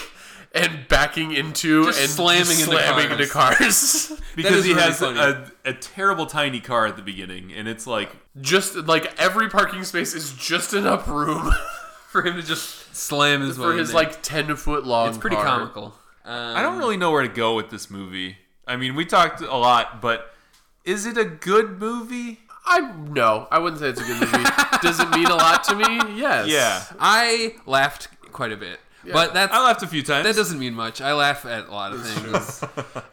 Speaker 1: and backing into
Speaker 3: Just
Speaker 1: and
Speaker 3: slamming
Speaker 1: just
Speaker 3: into
Speaker 1: slamming
Speaker 3: cars.
Speaker 1: into cars. (laughs)
Speaker 2: because
Speaker 3: is
Speaker 2: he
Speaker 3: really
Speaker 2: has
Speaker 3: funny.
Speaker 2: a, a terrible tiny car at the beginning, and it's like
Speaker 1: just like every parking space is just enough room
Speaker 3: (laughs)
Speaker 1: (laughs)
Speaker 3: For him to just slam his way
Speaker 1: for
Speaker 3: in
Speaker 1: his
Speaker 3: there.
Speaker 1: like ten foot long.
Speaker 3: it's pretty
Speaker 1: car.
Speaker 3: comical. Um,
Speaker 2: I don't really know where to go with this movie. I mean, we talked a lot, but is it a good movie?
Speaker 1: I no, I wouldn't say it's a good
Speaker 3: (laughs)
Speaker 1: movie. Does it mean a lot to me? Yes.
Speaker 3: I laughed quite a bit, but that's.
Speaker 2: I laughed a few times.
Speaker 3: that doesn't mean much. I laugh at a lot of things.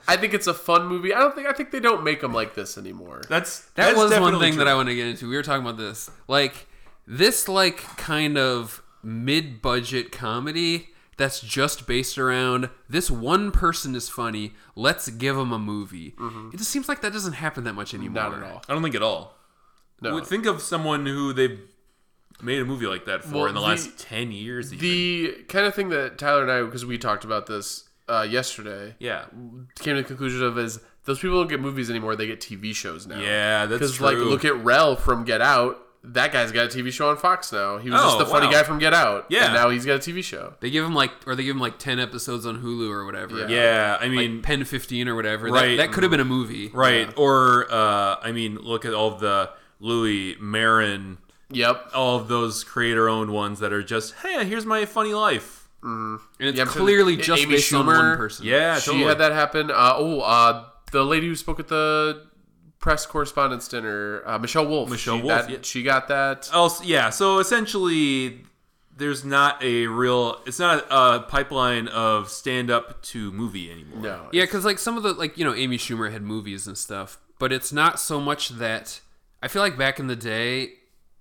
Speaker 1: I think it's a fun movie. I don't think I think they don't make them like this anymore.
Speaker 2: That's
Speaker 3: That
Speaker 2: that's
Speaker 3: was one
Speaker 2: definitely
Speaker 3: thing
Speaker 2: true.
Speaker 3: that I want to get into. We were talking about this. Like this like kind of mid-budget comedy that's just based around this one person is funny, let's give him a movie. It just seems like that doesn't happen that much anymore.
Speaker 1: Mm-hmm. Not at all.
Speaker 2: I don't think at all.
Speaker 1: No.
Speaker 2: Would think of someone who they've made a movie like that for
Speaker 1: Well,
Speaker 2: in the,
Speaker 1: the-
Speaker 2: last ten years. even.
Speaker 1: the kind of thing that Tyler and I because we talked about this uh, yesterday.
Speaker 2: yeah,
Speaker 1: came to the conclusion of is those people don't get movies anymore; they get TV shows now.
Speaker 2: yeah, that's
Speaker 1: because
Speaker 2: true.
Speaker 1: like look at Rel from Get Out. That guy's got a TV show on Fox now. He was just
Speaker 2: Oh,
Speaker 1: the funny
Speaker 2: wow.
Speaker 1: guy from Get Out.
Speaker 2: Yeah.
Speaker 1: and now he's got a TV show.
Speaker 3: They give him like or they give him like 10 episodes on Hulu or whatever.
Speaker 1: Yeah. Mm-hmm.
Speaker 2: yeah, I mean,
Speaker 3: Like Pen 15 or whatever.
Speaker 2: Right.
Speaker 3: That, that could have been a movie.
Speaker 2: right? Or uh, I mean, look at all the Louis Marin
Speaker 1: Yep.
Speaker 2: all of those creator-owned ones that are just, hey, here's my funny life.
Speaker 3: And it's
Speaker 1: Yeah, I'm sure
Speaker 3: clearly
Speaker 1: the-
Speaker 3: just
Speaker 1: Amy
Speaker 3: based on
Speaker 1: Schumer-
Speaker 3: one person.
Speaker 2: Yeah,
Speaker 1: she had that happen. Uh, oh, uh, the lady who spoke at the press correspondence dinner, uh, Michelle Wolf.
Speaker 2: Michelle
Speaker 1: she,
Speaker 2: Wolf,
Speaker 1: that-
Speaker 2: yeah. Oh,
Speaker 1: She got that.
Speaker 2: Also, yeah. So essentially, there's not a real, it's not a pipeline of stand-up to movie anymore.
Speaker 1: no.
Speaker 3: Yeah, because like some of the like you know Amy Schumer had movies and stuff, but it's not so much that I feel like back in the day,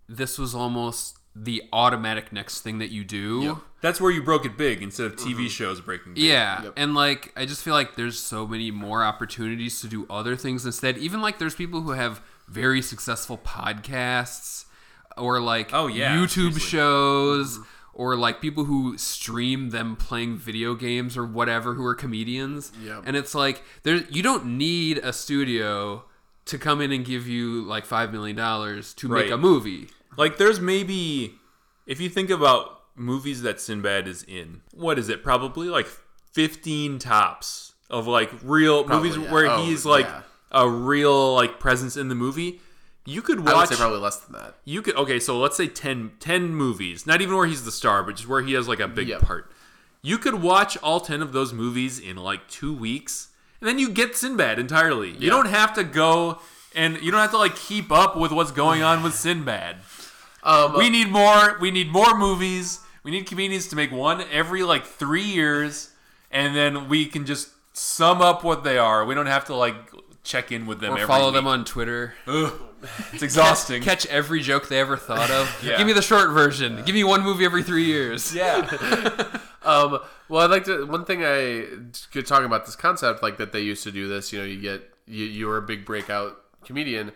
Speaker 3: this was almost the automatic next thing that you do.
Speaker 2: That's where you broke it big instead of
Speaker 1: Mm-hmm.
Speaker 2: TV shows breaking. Big.
Speaker 3: Yeah, and like I just feel like there's so many more opportunities to do other things instead. Even like there's people who have very successful podcasts or like
Speaker 2: Oh, yeah,
Speaker 3: YouTube
Speaker 2: seriously.
Speaker 3: shows or like people who stream them playing video games or whatever who are comedians.
Speaker 1: Yep.
Speaker 3: And it's like there you don't need a studio to come in and give you like 5 million dollars to
Speaker 2: Right.
Speaker 3: make a movie.
Speaker 2: Like there's maybe, if you think about movies that Sinbad is in. What is it? Probably like 15 tops of like real movies
Speaker 1: yeah.
Speaker 2: where
Speaker 1: Oh,
Speaker 2: he's like
Speaker 1: yeah.
Speaker 2: a real like presence in the movie. You could
Speaker 1: I would
Speaker 2: watch
Speaker 1: say probably less than that.
Speaker 2: you could okay, so let's say 10, 10 movies. Not even where he's the star, but just where he has like a big
Speaker 1: Yep.
Speaker 2: part. You could watch all 10 of those movies in like 2 weeks and then you get Sinbad entirely. You don't have to go and you don't have to like keep up with what's going on with Sinbad.
Speaker 1: Um,
Speaker 2: We need more. We need more movies. We need comedians to make one every like three years, and then we can just sum up what they are. We don't have to like check in with them
Speaker 3: Or
Speaker 2: every
Speaker 3: follow
Speaker 2: week.
Speaker 3: them on Twitter.
Speaker 2: (laughs) It's exhausting.
Speaker 3: Catch every joke they ever thought of.
Speaker 2: Yeah.
Speaker 3: Give me the short version. Give me one movie every three years.
Speaker 2: yeah,
Speaker 1: Um, well, I'd like to. One thing I could talk about this concept, like that they used to do this. You know, you get you you're a big breakout comedian.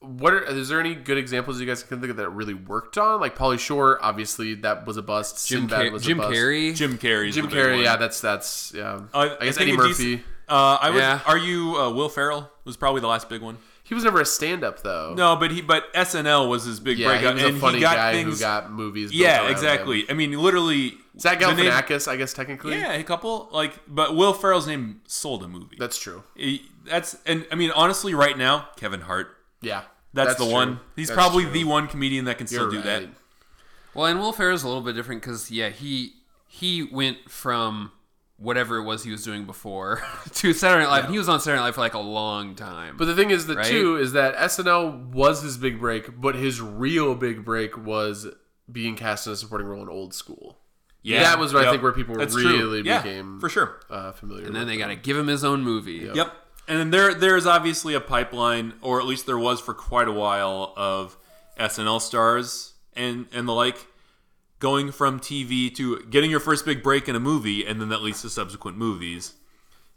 Speaker 1: What are, is there any good examples you guys can think of that really worked on? Like Polly Shore, obviously that was a bust.
Speaker 3: Jim,
Speaker 1: Sinbad
Speaker 3: Car-
Speaker 1: was
Speaker 3: Jim
Speaker 1: a bust.
Speaker 3: Carrey.
Speaker 2: Jim Carrey.
Speaker 1: Jim Carrey, yeah, that's that's yeah. I guess
Speaker 2: think
Speaker 1: Eddie
Speaker 2: a
Speaker 1: Murphy.
Speaker 2: decent- uh, I would.
Speaker 3: Yeah.
Speaker 2: Are you uh, Will Ferrell? Was probably the last big one.
Speaker 1: He was never a stand-up though.
Speaker 2: No, but he. But SNL was his big
Speaker 1: yeah,
Speaker 2: breakout,
Speaker 1: he was
Speaker 2: and
Speaker 1: a funny
Speaker 2: he got
Speaker 1: guy
Speaker 2: things.
Speaker 1: who got movies. built
Speaker 2: yeah,
Speaker 1: around
Speaker 2: exactly.
Speaker 1: him.
Speaker 2: I mean, literally.
Speaker 1: Zach
Speaker 2: the name-
Speaker 1: Galifianakis, I guess technically.
Speaker 2: Yeah, a couple like, but Will Ferrell's name sold a movie.
Speaker 1: that's true.
Speaker 2: He- that's and I mean honestly, right now Kevin Hart.
Speaker 1: Yeah,
Speaker 2: That's, the
Speaker 1: true.
Speaker 2: one. He's
Speaker 1: That's
Speaker 2: probably
Speaker 1: true.
Speaker 2: the one comedian that can still
Speaker 1: You're
Speaker 2: do that.
Speaker 1: right.
Speaker 3: Well, and Will Ferrell's a little bit different because yeah, he he went from whatever it was he was doing before (laughs) to Saturday Night Live, and he was on Saturday Night Live for like a long time.
Speaker 1: But the thing is, the
Speaker 3: Right?
Speaker 1: two is that SNL was his big break, but his real big break was being cast in a supporting role in Old School.
Speaker 2: Yeah,
Speaker 1: That was where I
Speaker 2: Yep.
Speaker 1: think where people
Speaker 2: That's true.
Speaker 1: really
Speaker 2: Yeah,
Speaker 1: became
Speaker 2: for sure.
Speaker 1: uh, familiar.
Speaker 3: and then
Speaker 1: with
Speaker 3: they got to give him his own movie.
Speaker 2: Yep. And then there there is obviously a pipeline, or at least there was for quite a while, of SNL stars and and the like going from TV to getting your first big break in a movie, and then that leads to subsequent movies.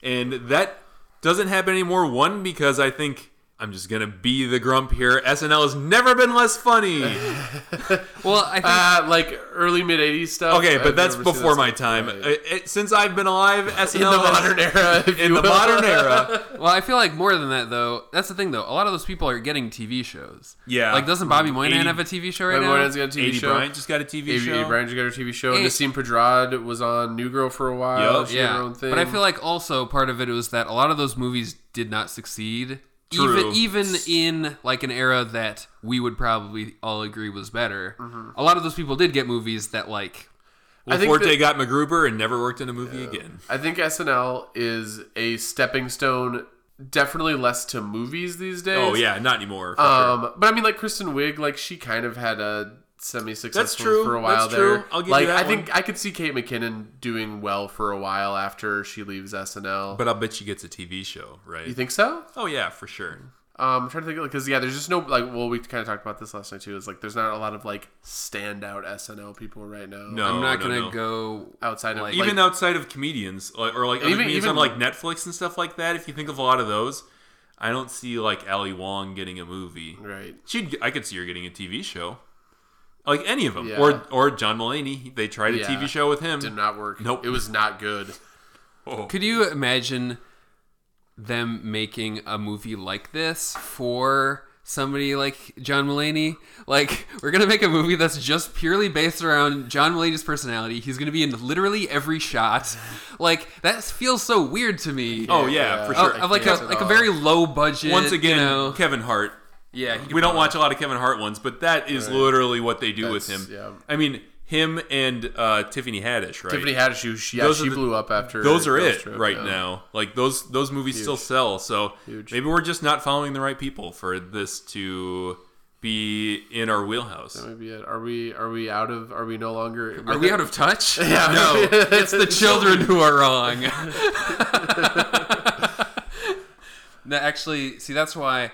Speaker 2: And that doesn't happen anymore. One because I think I'm just gonna be the grump here. SNL has never been
Speaker 1: (laughs)
Speaker 2: less funny.
Speaker 3: Well, I think
Speaker 2: Ah.
Speaker 1: uh, like early mid '80s stuff.
Speaker 2: Okay, but
Speaker 1: I've
Speaker 2: that's
Speaker 1: never seen
Speaker 2: before
Speaker 1: that
Speaker 2: my
Speaker 1: stuff.
Speaker 2: time.
Speaker 1: Right.
Speaker 2: It- it- since I've been alive, SNL
Speaker 1: (laughs) in the
Speaker 2: has-
Speaker 1: modern era, if
Speaker 2: in
Speaker 1: you
Speaker 2: the
Speaker 1: will. (laughs)
Speaker 2: modern era,
Speaker 3: Well, I feel like more than that though. That's the thing though. A lot of those people are getting TV shows.
Speaker 2: Yeah.
Speaker 3: Like doesn't Bobby Moynihan
Speaker 2: 80
Speaker 3: have a TV show right
Speaker 1: Wait,
Speaker 3: now?
Speaker 1: Moynihan's got a TV
Speaker 2: AD
Speaker 1: show.
Speaker 2: Bryant just got a TV
Speaker 1: AD
Speaker 2: show.
Speaker 1: Bryant just got her TV show.
Speaker 3: Hey.
Speaker 1: Nassim Pedrad was on New Girl for a while.
Speaker 2: Yup.
Speaker 1: She had her
Speaker 3: yeah.
Speaker 1: own thing.
Speaker 3: But I feel like also part of it was that a lot of those movies did not succeed.
Speaker 2: True.
Speaker 3: Even even in like an era that we would probably all agree was better.
Speaker 2: Mm-hmm.
Speaker 3: A lot of those people did get movies that like
Speaker 1: I think
Speaker 2: Forte
Speaker 1: that-
Speaker 2: got MacGruber and never worked in a movie again.
Speaker 1: I think SNL is a stepping stone, definitely less to movies these days.
Speaker 2: Oh yeah, not anymore. for sure.
Speaker 1: Um, but I mean, like Kristen Wiig, like she kind of had a
Speaker 2: That's
Speaker 1: semi-successful
Speaker 2: true.
Speaker 1: for a while
Speaker 2: That's
Speaker 1: there.
Speaker 2: true. I'll give you
Speaker 1: like
Speaker 2: that
Speaker 1: I
Speaker 2: one.
Speaker 1: think I could see Kate McKinnon doing well for a while after she leaves SNL.
Speaker 2: But I'll bet she gets a TV show, right?
Speaker 1: you think so?
Speaker 2: oh yeah, for sure.
Speaker 1: Um, I'm trying to think because yeah, there's just no like. Well, we kind of talked about this last night too. Is like there's not a lot of like standout SNL people right now.
Speaker 2: No,
Speaker 3: I'm not
Speaker 2: Oh, no,
Speaker 3: gonna
Speaker 2: no.
Speaker 3: go
Speaker 1: outside of like,
Speaker 2: Even outside of comedians, like, or like other
Speaker 1: Even-
Speaker 2: comedians
Speaker 1: even-
Speaker 2: on like Netflix and stuff like that. If you think of a lot of those, I don't see like Ali Wong getting a movie.
Speaker 1: right.
Speaker 2: She'd, I could see her getting a TV show, like any of them,
Speaker 1: Yeah.
Speaker 2: or or John Mulaney. They tried a
Speaker 1: Yeah.
Speaker 2: TV show with him.
Speaker 1: Did not work.
Speaker 2: Nope.
Speaker 1: It was not good.
Speaker 3: Could you imagine them making a movie like this for somebody like John Mulaney? Like, we're gonna make a movie that's just purely based around John Mulaney's personality. He's gonna be in literally every shot. Like, that feels so weird to me.
Speaker 2: Oh yeah,
Speaker 1: Yeah.
Speaker 2: for
Speaker 3: Of-
Speaker 2: sure.
Speaker 3: of like a
Speaker 1: Yes, at
Speaker 3: like a
Speaker 1: all.
Speaker 3: very low budget.
Speaker 2: Once again,
Speaker 3: you know-
Speaker 2: Kevin Hart.
Speaker 3: yeah, he
Speaker 2: We don't watch a lot of Kevin Hart ones, but that is literally what they do with
Speaker 1: That's-
Speaker 2: him.
Speaker 1: yeah.
Speaker 2: I mean, him and uh, Tiffany Haddish, right?
Speaker 1: Tiffany Haddish, who she, yeah,
Speaker 2: Those are
Speaker 1: she
Speaker 2: the-
Speaker 1: blew up after.
Speaker 2: those are
Speaker 1: Girls
Speaker 2: it
Speaker 1: Trip,
Speaker 2: right
Speaker 1: yeah.
Speaker 2: now. Like those those movies still sell. So
Speaker 1: Huge.
Speaker 2: maybe we're just not following the right people for this to be in our wheelhouse.
Speaker 1: Maybe it. Are we? Are we out of? Are we no longer?
Speaker 3: Are we out of (laughs) touch?
Speaker 1: Yeah.
Speaker 3: No, it's the children who are wrong. (laughs) no, actually, see, that's why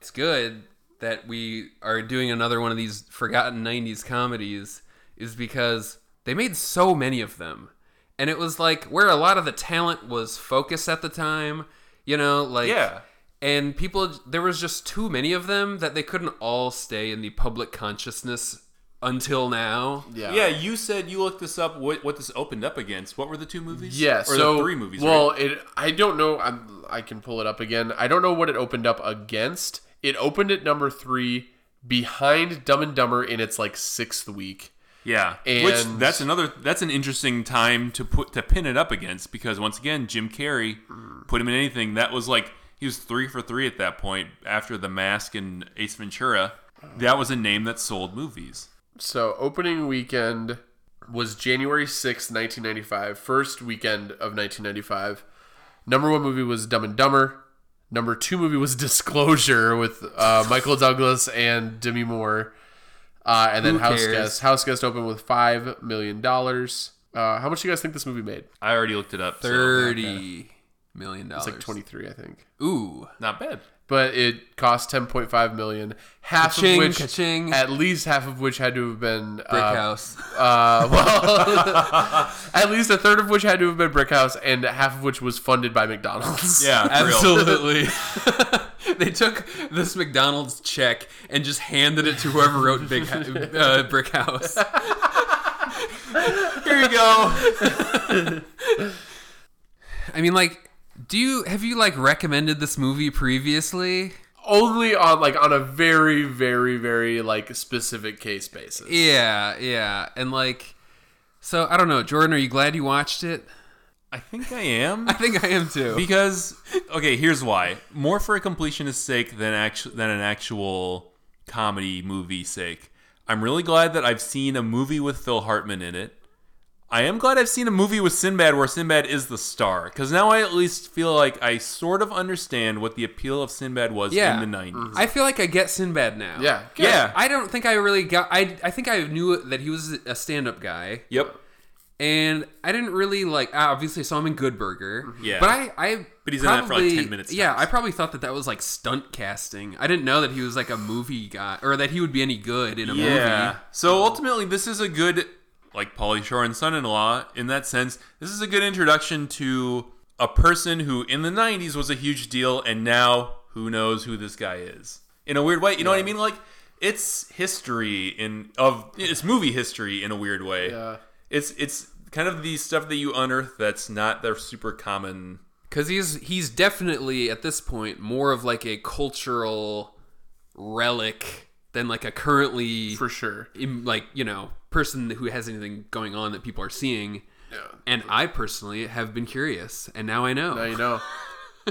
Speaker 3: it's good that we are doing another one of these forgotten 90s comedies, is because they made so many of them. And it was like where a lot of the talent was focused at the time, you know, like.
Speaker 2: Yeah.
Speaker 3: And people, there was just too many of them that they couldn't all stay in the public consciousness until now.
Speaker 1: Yeah.
Speaker 2: Yeah, you said you looked this up. What what this opened up against? What were the two movies?
Speaker 1: Yeah,
Speaker 2: or
Speaker 1: so
Speaker 2: the three movies.
Speaker 1: Well,
Speaker 2: right?
Speaker 1: it I don't know. I'm, I can pull it up again. I don't know what it opened up against. It opened at number three, behind Dumb and Dumber in its like sixth week.
Speaker 2: Yeah,
Speaker 1: And-
Speaker 2: which that's another that's an interesting time to put to pin it up against because once again Jim Carrey put him in anything that was like he was three for three at that point after The Mask and Ace Ventura. That was a name that sold movies.
Speaker 1: So opening weekend was January 6th, 1995, first weekend of 1995. Number one movie was Dumb and Dumber. Number two movie was (laughs) Disclosure with uh, Michael Douglas and Demi Moore. Uh, and then
Speaker 3: Who
Speaker 1: House
Speaker 3: cares?
Speaker 1: Guest. House Guest opened with $5 million. Uh, how much do you guys think this movie made?
Speaker 2: I already looked it up. so-
Speaker 3: Thirty million dollars.
Speaker 1: It's like 23, I think.
Speaker 3: Ooh,
Speaker 2: not bad.
Speaker 1: But it cost 10.5 million, half
Speaker 3: Ka-ching,
Speaker 1: of which
Speaker 3: ka-ching.
Speaker 1: at least half of which had to have been
Speaker 3: brick
Speaker 1: uh, (laughs)
Speaker 3: house.
Speaker 1: Uh, well, at least a third of which had to have been Brick House, and half of which was funded by McDonald's.
Speaker 2: Yeah, for real.
Speaker 3: Absolutely. (laughs) they took this McDonald's check and just handed it to whoever wrote Big Ho- uh, Brick House. (laughs)
Speaker 2: Here you go.
Speaker 3: (laughs) I mean, like, do you have you like recommended this movie previously?
Speaker 1: (laughs) Only on like on a very, very, very like specific case basis.
Speaker 3: Yeah, yeah, and like, so I don't know, Jordan. Are you glad you watched it? (laughs)
Speaker 2: I think I am.
Speaker 3: I think I am too.
Speaker 2: because okay here's why more for a completionist sake than actual than an actual comedy movie sake i'm really glad that i've seen a movie with phil hartman in it i am glad i've seen a movie with sinbad where sinbad is the star because now i at least feel like i sort of understand what the appeal of sinbad was
Speaker 3: Yeah. Mm-hmm.
Speaker 2: in the 90s
Speaker 3: I feel like I get Sinbad now.
Speaker 1: yeah, good.
Speaker 2: yeah
Speaker 3: I don't think I really got. I I think I knew that he was a stand-up guy.
Speaker 2: yep
Speaker 3: and I didn't really like. I obviously saw him in Good Burger.
Speaker 2: Yeah.
Speaker 3: but I, I
Speaker 2: But he's in
Speaker 3: probably,
Speaker 2: that for, like, 10 minutes
Speaker 3: Yeah,
Speaker 2: tops.
Speaker 3: I probably thought that that was like stunt casting. I didn't know that he was like a movie guy or that he would be any good in a movie.
Speaker 2: So ultimately, this is a good, like Polly Shore and Son-in-Law, in that sense. This is a good introduction to a person who, in the '90s, was a huge deal, and now who knows who this guy is? In a weird way, you know what I mean? Like it's history in of it's movie history in a weird way.
Speaker 1: Yeah.
Speaker 2: It's it's kind of the stuff that you unearth that's not their super common.
Speaker 3: Because he's he's definitely at this point more of like a cultural relic than like a currently
Speaker 1: for sure.
Speaker 3: im- like you know person who has anything going on that people are seeing. And I personally have been curious, and now I know.
Speaker 1: Now you know.
Speaker 2: (laughs)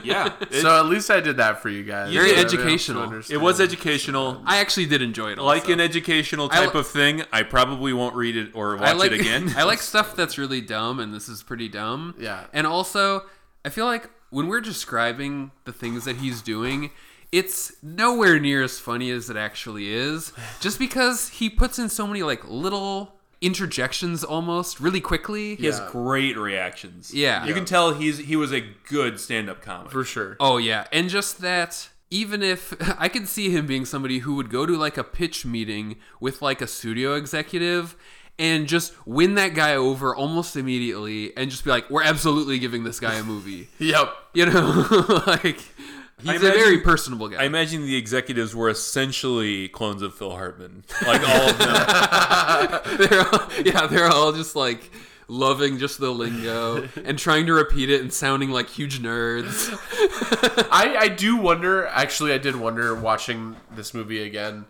Speaker 2: Yeah, it,
Speaker 1: so at least I did that for you guys.
Speaker 3: Very
Speaker 1: So I
Speaker 3: educational.
Speaker 1: don't understand.
Speaker 2: it was educational.
Speaker 3: I actually did enjoy it.
Speaker 2: Like
Speaker 3: also.
Speaker 2: an educational
Speaker 3: I
Speaker 2: type
Speaker 3: li-
Speaker 2: of thing, I probably won't read it or watch
Speaker 3: I like (laughs)
Speaker 2: it again. (laughs)
Speaker 3: I like stuff that's really dumb, and this is pretty dumb.
Speaker 1: Yeah.
Speaker 3: And also, I feel like when we're describing the things that he's doing, it's nowhere near as funny as it actually is, just because he puts in so many like little interjections almost really quickly.
Speaker 2: He has great reactions.
Speaker 3: Yeah.
Speaker 2: you can tell he's he was a good stand-up comic.
Speaker 1: for sure.
Speaker 3: Oh yeah, and just that even if (laughs) I could see him being somebody who would go to like a pitch meeting with like a studio executive and just win that guy over almost immediately and just be like we're absolutely giving this guy a movie. (laughs)
Speaker 1: Yep.
Speaker 3: you know, (laughs) like he's a very
Speaker 2: imagine-
Speaker 3: personable guy.
Speaker 2: I imagine the executives were essentially clones of Phil Hartman, like all of them.
Speaker 3: (laughs) they're all, yeah, they're all just like loving just
Speaker 2: (laughs)
Speaker 3: the lingo and trying to repeat it and sounding like huge nerds.
Speaker 1: I, I do wonder. Actually, I did wonder watching this movie again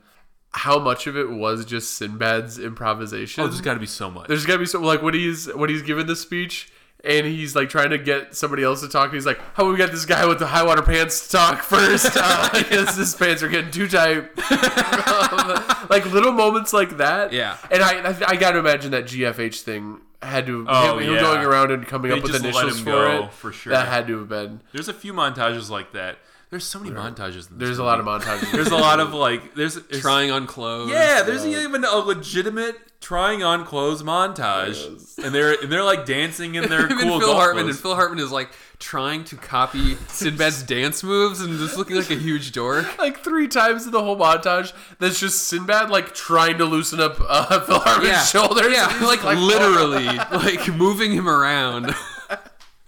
Speaker 1: how much of it was just Sinbad's improvisation.
Speaker 2: There's got to be so much.
Speaker 1: There's gotta be some like when he's when he's giving the speech and he's like trying to get somebody else to talk. He's like, "How about we got this guy with the high water pants to talk
Speaker 2: (laughs)
Speaker 1: first? Uh, I guess his pants are getting too tight." (laughs) Um, like little moments like that.
Speaker 3: Yeah.
Speaker 1: And I I, I got to imagine that GFH thing had to
Speaker 2: Oh,
Speaker 1: him, him
Speaker 2: yeah.
Speaker 1: going around and coming
Speaker 2: They
Speaker 1: up with
Speaker 2: just let
Speaker 1: initials
Speaker 2: him
Speaker 1: for
Speaker 2: go,
Speaker 1: it.
Speaker 2: for sure.
Speaker 1: That had to have been.
Speaker 2: There's a few montages like that. There's so many montages. In this
Speaker 1: There's a
Speaker 2: movie.
Speaker 1: lot of
Speaker 2: (laughs)
Speaker 1: montages.
Speaker 2: There's a lot of like. There's, there's
Speaker 3: Trying on clothes.
Speaker 2: Yeah, there's even a legitimate trying on clothes montage, and they're and they're like dancing in their
Speaker 3: (laughs) Even
Speaker 2: cool
Speaker 3: Phil
Speaker 2: golf
Speaker 3: Hartman
Speaker 2: clothes.
Speaker 3: and Phil Hartman is like trying to copy Sinbad's dance moves and just looking like a huge dork.
Speaker 1: like three times in the whole montage. That's just Sinbad like trying to loosen up uh, (laughs) Phil Hartman's
Speaker 3: Yeah,
Speaker 1: shoulders.
Speaker 3: yeah,
Speaker 1: And he's
Speaker 3: like,
Speaker 1: like,
Speaker 3: literally, like moving him around.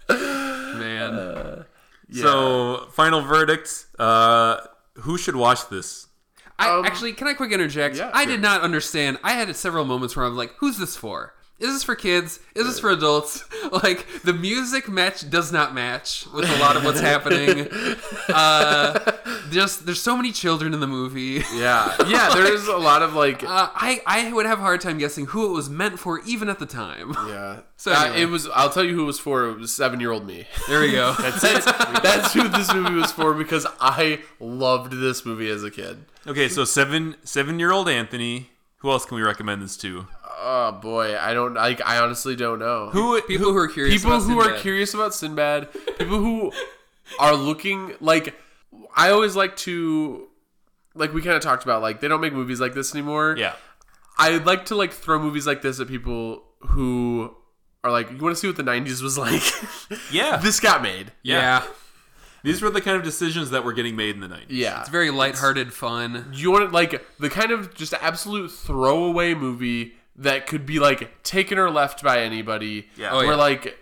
Speaker 3: Man,
Speaker 2: So final verdict: uh, Who should watch this?
Speaker 3: I
Speaker 1: um,
Speaker 3: actually can I quick interject?
Speaker 1: yeah,
Speaker 3: I
Speaker 1: sure.
Speaker 3: did not understand. I had several moments where I'm like, "Who's this for? Is this for kids? Is this for adults?" (laughs) Like the music match does not match with a lot of what's happening. Uh, just there's so many children in the movie.
Speaker 1: Yeah, yeah. There's a lot of like,
Speaker 3: Uh, I I would have a hard time guessing who it was meant for, even at the time.
Speaker 1: yeah.
Speaker 3: So
Speaker 1: Uh,
Speaker 3: anyway.
Speaker 1: it was. I'll tell you who it was for. It was seven year old
Speaker 3: (laughs)
Speaker 1: me.
Speaker 3: (laughs) There we go.
Speaker 1: That's, that's who this movie was for because I loved this movie as a kid.
Speaker 2: Okay, so seven seven year old Anthony. Who else can we recommend this to?
Speaker 1: Oh boy, I don't like. I honestly don't know.
Speaker 2: Who
Speaker 3: people who are curious.
Speaker 1: people
Speaker 3: about
Speaker 1: who are
Speaker 3: Sinbad.
Speaker 1: curious about Sinbad, people who are looking like I always like to like we kind of talked about like they don't make movies like this anymore.
Speaker 2: Yeah.
Speaker 1: I like to like throw movies like this at people who are like, you want to see what the '90s was like? (laughs)
Speaker 2: Yeah.
Speaker 1: this got made.
Speaker 3: Yeah.
Speaker 2: These were the kind of decisions that were getting made in the 90s.
Speaker 1: Yeah,
Speaker 3: It's very lighthearted fun.
Speaker 1: you want it like the kind of just absolute throwaway movie that could be like taken or left by anybody.
Speaker 2: Yeah.
Speaker 3: Oh,
Speaker 1: where
Speaker 3: yeah.
Speaker 1: like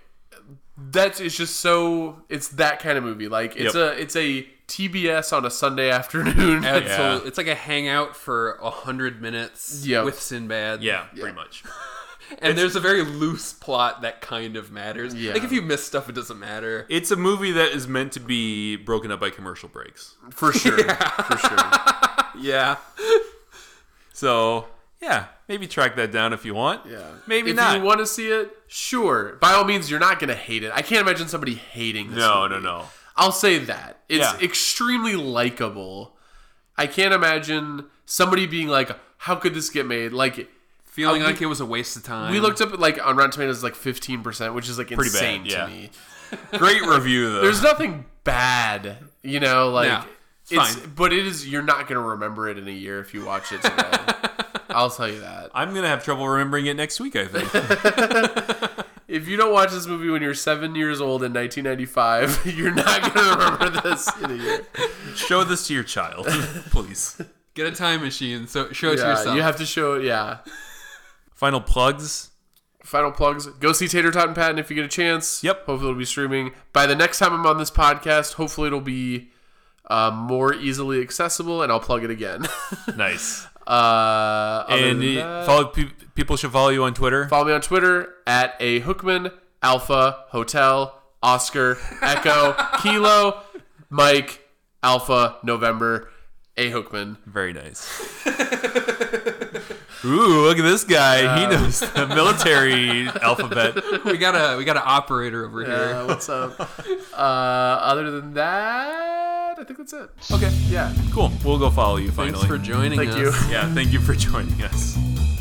Speaker 1: that's it's just so it's that kind of movie. Like it's
Speaker 2: Yep.
Speaker 1: a it's a TBS on a Sunday (laughs) afternoon.
Speaker 3: Absolutely. It's like a hangout for a hundred minutes
Speaker 1: Yeah.
Speaker 3: with Sinbad.
Speaker 2: Yeah, pretty much.
Speaker 3: And there's a very loose plot that kind of matters.
Speaker 1: Yeah.
Speaker 3: Like if you miss stuff, it doesn't matter.
Speaker 2: It's a movie that is meant to be broken up by commercial breaks.
Speaker 1: for sure, for sure.
Speaker 3: yeah.
Speaker 2: (laughs) So, yeah, maybe track that down if you want.
Speaker 1: Yeah,
Speaker 2: (laughs) Maybe
Speaker 1: if
Speaker 2: not.
Speaker 1: you want to see it, sure. By all means, you're not gonna hate it. I can't imagine somebody hating this.
Speaker 2: no, no,
Speaker 1: movie.
Speaker 2: no.
Speaker 1: I'll say that. It's
Speaker 2: Yeah.
Speaker 1: extremely likable. I can't imagine somebody being like, how could this get made? Like,
Speaker 3: Feeling
Speaker 1: Uh, we-
Speaker 3: like it was a waste of time.
Speaker 1: we looked up at, like on Rotten Tomatoes like 15%, which is like
Speaker 2: Mm. Pretty bad,
Speaker 1: insane
Speaker 2: yeah.
Speaker 1: to me.
Speaker 2: Great review though.
Speaker 1: There's nothing bad, you know, like
Speaker 3: No,
Speaker 1: it's,
Speaker 2: fine.
Speaker 1: but it is you're not going to remember it in a year if you watch it
Speaker 2: (laughs)
Speaker 1: today. I'll tell you that.
Speaker 2: I'm gonna have trouble remembering it next week.
Speaker 1: (laughs)
Speaker 2: I think.
Speaker 1: If you don't watch this movie when you're 7 years old in 1995, (laughs) you're not going to remember this in a year.
Speaker 2: Show this to your child, (laughs) please.
Speaker 3: Get a time machine. So show it to
Speaker 1: Yeah,
Speaker 3: yourself.
Speaker 1: you have to show it, yeah.
Speaker 2: Final plugs.
Speaker 1: final plugs go see tater tot and patton if you get a chance
Speaker 2: Yep.
Speaker 1: hopefully it'll be streaming by the next time i'm on this podcast hopefully it'll be uh, more easily accessible and i'll plug it again (laughs)
Speaker 2: Nice.
Speaker 1: uh, other
Speaker 2: and
Speaker 1: than
Speaker 2: you-
Speaker 1: that,
Speaker 2: follow pe- people should follow you on Twitter.
Speaker 1: follow me on twitter at a hookman alpha hotel oscar echo (laughs) kilo mike alpha november a hookman
Speaker 2: Very nice. Ooh, look at this guy. he knows the
Speaker 3: (laughs)
Speaker 2: military alphabet.
Speaker 3: we got a we got an operator over
Speaker 1: uh,
Speaker 3: here.
Speaker 1: what's up (laughs) uh, other than that i think that's it
Speaker 2: Okay.
Speaker 1: yeah
Speaker 2: Cool. We'll go follow you
Speaker 3: Thanks
Speaker 2: finally.
Speaker 3: for joining
Speaker 1: thank
Speaker 3: us.
Speaker 1: you
Speaker 2: yeah, thank you for joining us.